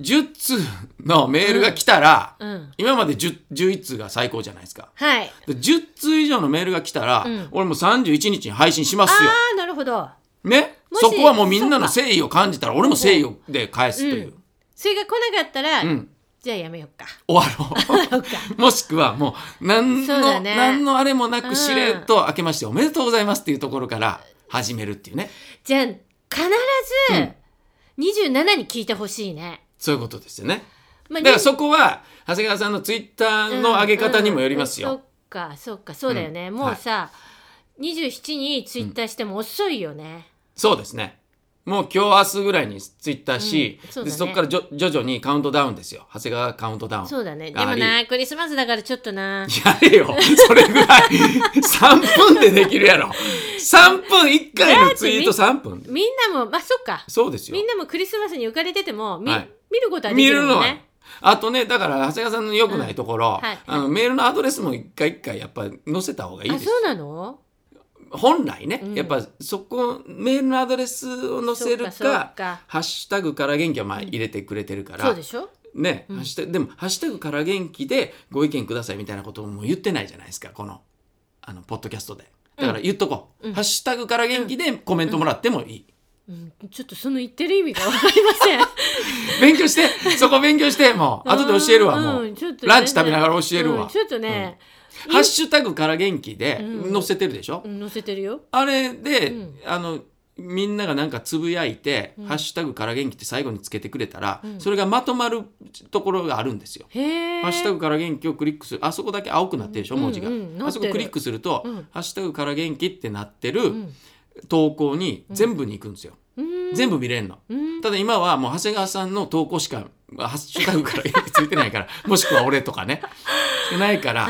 [SPEAKER 1] 10通のメールが来たら、
[SPEAKER 2] うん
[SPEAKER 1] 今まで10 11通が最高じゃないですか
[SPEAKER 2] はい
[SPEAKER 1] で10通以上のメールが来たら、
[SPEAKER 2] うん
[SPEAKER 1] 俺もう31日に配信しま
[SPEAKER 2] あ
[SPEAKER 1] すよ
[SPEAKER 2] あなるほど
[SPEAKER 1] ね、
[SPEAKER 2] もし
[SPEAKER 1] そこはもうみんなの誠意を感じたら俺も誠意をで返すという、
[SPEAKER 2] それが来なかったら、
[SPEAKER 1] ん
[SPEAKER 2] じゃあやめよっか
[SPEAKER 1] 終わ ろ
[SPEAKER 2] やめよっか
[SPEAKER 1] うもしくはもう何
[SPEAKER 2] そうだ
[SPEAKER 1] の、
[SPEAKER 2] ね
[SPEAKER 1] 何のあれもな
[SPEAKER 2] う
[SPEAKER 1] く
[SPEAKER 2] ん
[SPEAKER 1] しれっと明けましておめでとうございますっていうところから始めるっていうね
[SPEAKER 2] じゃあ必ず、
[SPEAKER 1] うん
[SPEAKER 2] 27に聞いてほしいね
[SPEAKER 1] そういうことですよね
[SPEAKER 2] ま
[SPEAKER 1] だから
[SPEAKER 2] こ
[SPEAKER 1] そこは長谷川さんのツイッターの上げ方にもよりますよ、
[SPEAKER 2] そっかそっかそうだよね、
[SPEAKER 1] うん
[SPEAKER 2] もうさ、27にツイッターしても遅いよね、
[SPEAKER 1] そうですねもう今日明日ぐらいにツイッターし、
[SPEAKER 2] うんそうだ
[SPEAKER 1] で
[SPEAKER 2] ね
[SPEAKER 1] そこからじょ徐々にカウントダウンですよ長谷川カウントダウン
[SPEAKER 2] そうだねで
[SPEAKER 1] があ
[SPEAKER 2] も
[SPEAKER 1] り
[SPEAKER 2] なクリスマスだからちょっとな
[SPEAKER 1] やれよ、それぐらい。3分でできるやろ。3分、1回のツイート3分。
[SPEAKER 2] みんなもまあそっか
[SPEAKER 1] そうですよ
[SPEAKER 2] みん。なもクリスマスに浮かれててもみ、
[SPEAKER 1] はい
[SPEAKER 2] 見ることはで
[SPEAKER 1] 見
[SPEAKER 2] きる
[SPEAKER 1] る
[SPEAKER 2] も
[SPEAKER 1] の
[SPEAKER 2] ん
[SPEAKER 1] は
[SPEAKER 2] ね。
[SPEAKER 1] あとね、だから、長谷川さんの良くないところ、
[SPEAKER 2] うんはい
[SPEAKER 1] あのメールのアドレスも一回一回やっぱ載せた方がいい
[SPEAKER 2] あ
[SPEAKER 1] です
[SPEAKER 2] そ。うなの
[SPEAKER 1] 本来ね、
[SPEAKER 2] うん
[SPEAKER 1] やっぱそこ、メールのアドレスを載せるか、
[SPEAKER 2] そっかそっか
[SPEAKER 1] ハッシュタグから元気はまあ入れてくれてるから、
[SPEAKER 2] そうでしょ
[SPEAKER 1] ね、
[SPEAKER 2] うん
[SPEAKER 1] ハッシュタグでも、ハッシュタグから元気でご意見くださいみたいなことも言ってないじゃないですか、この、あの、ポッドキャストで。だから言っとこう。
[SPEAKER 2] うん
[SPEAKER 1] ハッシュタグから元気でコメントもらってもいい。
[SPEAKER 2] うん、ちょっとその言ってる意味がわかりません。
[SPEAKER 1] 勉強 して、そこ勉強して、もう、 後で教えるわ、もう。
[SPEAKER 2] んちょっとね
[SPEAKER 1] ランチ食べながら教えるわ
[SPEAKER 2] うんちょっとね、
[SPEAKER 1] ハッシュタグから元気で
[SPEAKER 2] うん
[SPEAKER 1] 載せてるでしょ、
[SPEAKER 2] うん載せてるよ。
[SPEAKER 1] あれで、
[SPEAKER 2] うん
[SPEAKER 1] あの、みんながなんかつぶやいて、
[SPEAKER 2] うん
[SPEAKER 1] ハッシュタグから元気って最後につけてくれたら、
[SPEAKER 2] うん
[SPEAKER 1] それがまとまるところがあるんですよ。
[SPEAKER 2] へえ。
[SPEAKER 1] ハッシュタグから元気をクリックするあそこだけ青くなってるでしょ
[SPEAKER 2] うん
[SPEAKER 1] 文字が、
[SPEAKER 2] うんうんなってる
[SPEAKER 1] あそこクリックすると、
[SPEAKER 2] うん
[SPEAKER 1] ハッシュタグから元気ってなってる
[SPEAKER 2] ん
[SPEAKER 1] 投稿に全部に行くんですよ、
[SPEAKER 2] うん
[SPEAKER 1] 全部見れるの、
[SPEAKER 2] うん
[SPEAKER 1] ただ今はもう長谷川さんの投稿しかハッシュタグから元気ついてな いからもしくは俺とかねしかないから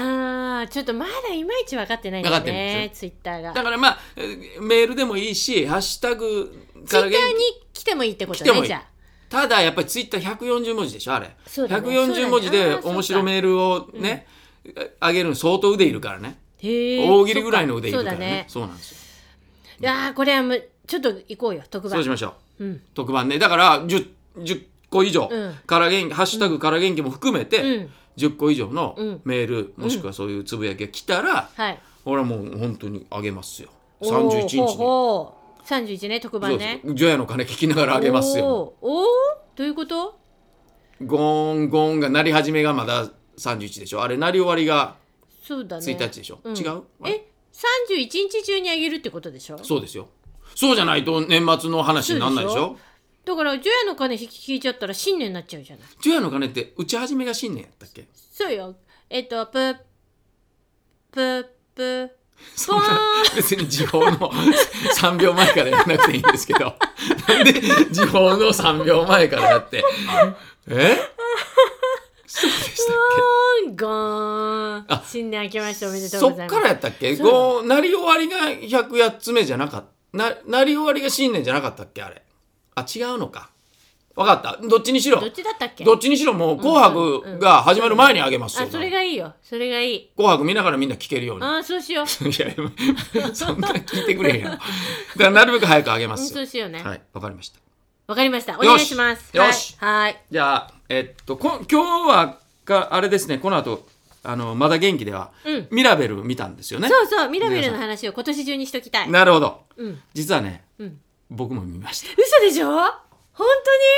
[SPEAKER 2] ああちょっとまだいまいち分かってないんだ
[SPEAKER 1] 分かってないん
[SPEAKER 2] ね
[SPEAKER 1] で
[SPEAKER 2] ツイッターが
[SPEAKER 1] だからまあえーメールでもいいしハッシュタグ
[SPEAKER 2] ツイ
[SPEAKER 1] か
[SPEAKER 2] ッ
[SPEAKER 1] ら
[SPEAKER 2] ター
[SPEAKER 1] 元
[SPEAKER 2] に
[SPEAKER 1] 気
[SPEAKER 2] 来てもいいってこと
[SPEAKER 1] 来てもい
[SPEAKER 2] ね
[SPEAKER 1] い
[SPEAKER 2] じゃあ
[SPEAKER 1] ただやっぱりツイッター140文字でしょあれ、
[SPEAKER 2] そうだねそうだね
[SPEAKER 1] 140文字で
[SPEAKER 2] あー
[SPEAKER 1] 面
[SPEAKER 2] そう
[SPEAKER 1] 白
[SPEAKER 2] か
[SPEAKER 1] メールをねあげるの相当腕いるからね
[SPEAKER 2] へえ
[SPEAKER 1] 大喜利ぐらいの腕いるからね
[SPEAKER 2] そ
[SPEAKER 1] そうなんですよ
[SPEAKER 2] うだねいやーこれはむちょっと行こうよ特
[SPEAKER 1] そう
[SPEAKER 2] 番
[SPEAKER 1] しましょう
[SPEAKER 2] うん
[SPEAKER 1] 特番ねだから 10, 10個以上、
[SPEAKER 2] うん
[SPEAKER 1] から元気ハッシュタグから元気も含めて、
[SPEAKER 2] うん
[SPEAKER 1] 10個以上の
[SPEAKER 2] うん
[SPEAKER 1] メール、もしくはそういうつぶやきが来たら、
[SPEAKER 2] はい
[SPEAKER 1] 俺はもう本当にあげますよ
[SPEAKER 2] おー
[SPEAKER 1] 31日にそう
[SPEAKER 2] ほうほう31ね特番ね
[SPEAKER 1] です除夜の鐘聞きながらあげますよ
[SPEAKER 2] おーおーどういうこと
[SPEAKER 1] ゴーンゴーンが鳴り始めがまだ31でしょあれ鳴り終わりが
[SPEAKER 2] そうだね
[SPEAKER 1] 1日でしょ、
[SPEAKER 2] うん
[SPEAKER 1] 違うあれ
[SPEAKER 2] え31日中にあげるってことでしょ
[SPEAKER 1] そうですよそうじゃないと年末の話にならないでし
[SPEAKER 2] そう
[SPEAKER 1] ょ
[SPEAKER 2] だから除夜の鐘聞いちゃったら新年になっちゃうじゃない
[SPEAKER 1] 除夜の鐘って打ち始めが新年やったっけ
[SPEAKER 2] そうよえっとプップップッ
[SPEAKER 1] そんな別に時報の3秒前からやらなくていいんですけどなんで時報の3秒前からやってえそうでしたっ
[SPEAKER 2] ゴーン
[SPEAKER 1] あ
[SPEAKER 2] 新年明けましておめ
[SPEAKER 1] け
[SPEAKER 2] でとう
[SPEAKER 1] そ
[SPEAKER 2] ござ
[SPEAKER 1] っ
[SPEAKER 2] います
[SPEAKER 1] からやったっけ
[SPEAKER 2] そう
[SPEAKER 1] こうなり終わりが108つ目じゃなかったななり終わりが新年じゃなかったっけあれあ違うのか分かったどっちにしろ
[SPEAKER 2] どっちだったっけ
[SPEAKER 1] どっちにしろもう「紅白」が始まる前にあげますよ
[SPEAKER 2] あそれがいいよそれがいい
[SPEAKER 1] 紅白見ながらみんな聞けるように
[SPEAKER 2] あーそうしよう
[SPEAKER 1] いや、そんな聞いてくれへんやろ。だからなるべく早くあげま
[SPEAKER 2] うん
[SPEAKER 1] す
[SPEAKER 2] そ
[SPEAKER 1] よ。
[SPEAKER 2] うしようねわ、
[SPEAKER 1] はい、わかりました。
[SPEAKER 2] かりましたお願いします
[SPEAKER 1] よし
[SPEAKER 2] はいはい
[SPEAKER 1] じゃあ、えっと、こ今日はか、あれですね、この後、あの、まだ元気では、
[SPEAKER 2] うん
[SPEAKER 1] ミラベル見たんですよね。
[SPEAKER 2] そうそうミラベルの話を今年中にしときたい
[SPEAKER 1] なるほど。
[SPEAKER 2] うん
[SPEAKER 1] 実はね、
[SPEAKER 2] うん
[SPEAKER 1] 僕も見まし
[SPEAKER 2] 嘘でしょ本当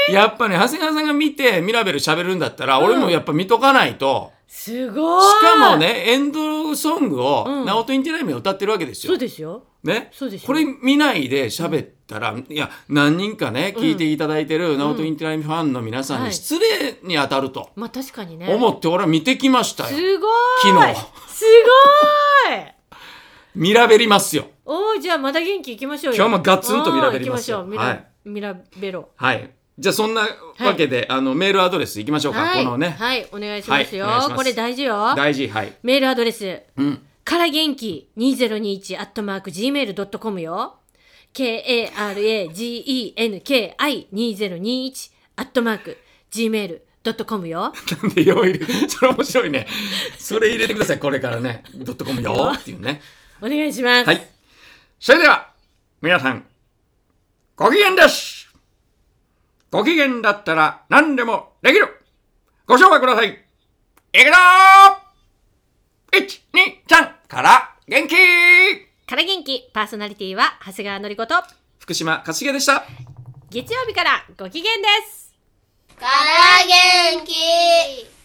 [SPEAKER 2] に
[SPEAKER 1] た。やっぱね、長谷川さんが見て、ミラベル喋るんだったら、
[SPEAKER 2] ん
[SPEAKER 1] 俺もやっぱ見とかないと、
[SPEAKER 2] すごい
[SPEAKER 1] しかもね、エンドソングを、
[SPEAKER 2] うん
[SPEAKER 1] ナオト・インティライミが歌ってるわけですよ
[SPEAKER 2] そう。ですよ
[SPEAKER 1] ね、
[SPEAKER 2] そうですよ
[SPEAKER 1] これ見ないで喋ったら、いや何人かね
[SPEAKER 2] うん
[SPEAKER 1] 聞いていただいてる、ナオト・インティライミファンの皆さん
[SPEAKER 2] は
[SPEAKER 1] に
[SPEAKER 2] い
[SPEAKER 1] 失礼に当たると
[SPEAKER 2] まあ確かにね
[SPEAKER 1] 思って俺は見てきましたよ。
[SPEAKER 2] すごい
[SPEAKER 1] 昨日
[SPEAKER 2] すごい
[SPEAKER 1] 見らべりますよ。
[SPEAKER 2] おーじゃあまだ元気いきましょうよ
[SPEAKER 1] 今日もガツンとミラベルいますよ
[SPEAKER 2] あー行きましょうミラ,、
[SPEAKER 1] はい
[SPEAKER 2] ミラベロ
[SPEAKER 1] はい。じゃあそんなわけで、あのメールアドレスいきましょうか。
[SPEAKER 2] はい
[SPEAKER 1] このね、
[SPEAKER 2] はいお願いしますよ、
[SPEAKER 1] はいお願いします
[SPEAKER 2] これ大事よ
[SPEAKER 1] 大事はい。
[SPEAKER 2] メールアドレス
[SPEAKER 1] うん。
[SPEAKER 2] から元気2021アットマーク Gmail.com よ KARAGENKI2021 アットマーク Gmail.com よ
[SPEAKER 1] なんでよ入れ、それ面白いね。それ入れてください。これからね、ドットコムよっていうね。
[SPEAKER 2] お願いします、
[SPEAKER 1] はい。それでは、皆さん、ご機嫌ですご機嫌だったら何でもできるご紹介くださいいくぞー !1、2、3から元気
[SPEAKER 2] から元気パーソナリティは長谷川のりこと
[SPEAKER 1] 福島勝重でした
[SPEAKER 2] 月曜日からご機嫌です
[SPEAKER 3] から元気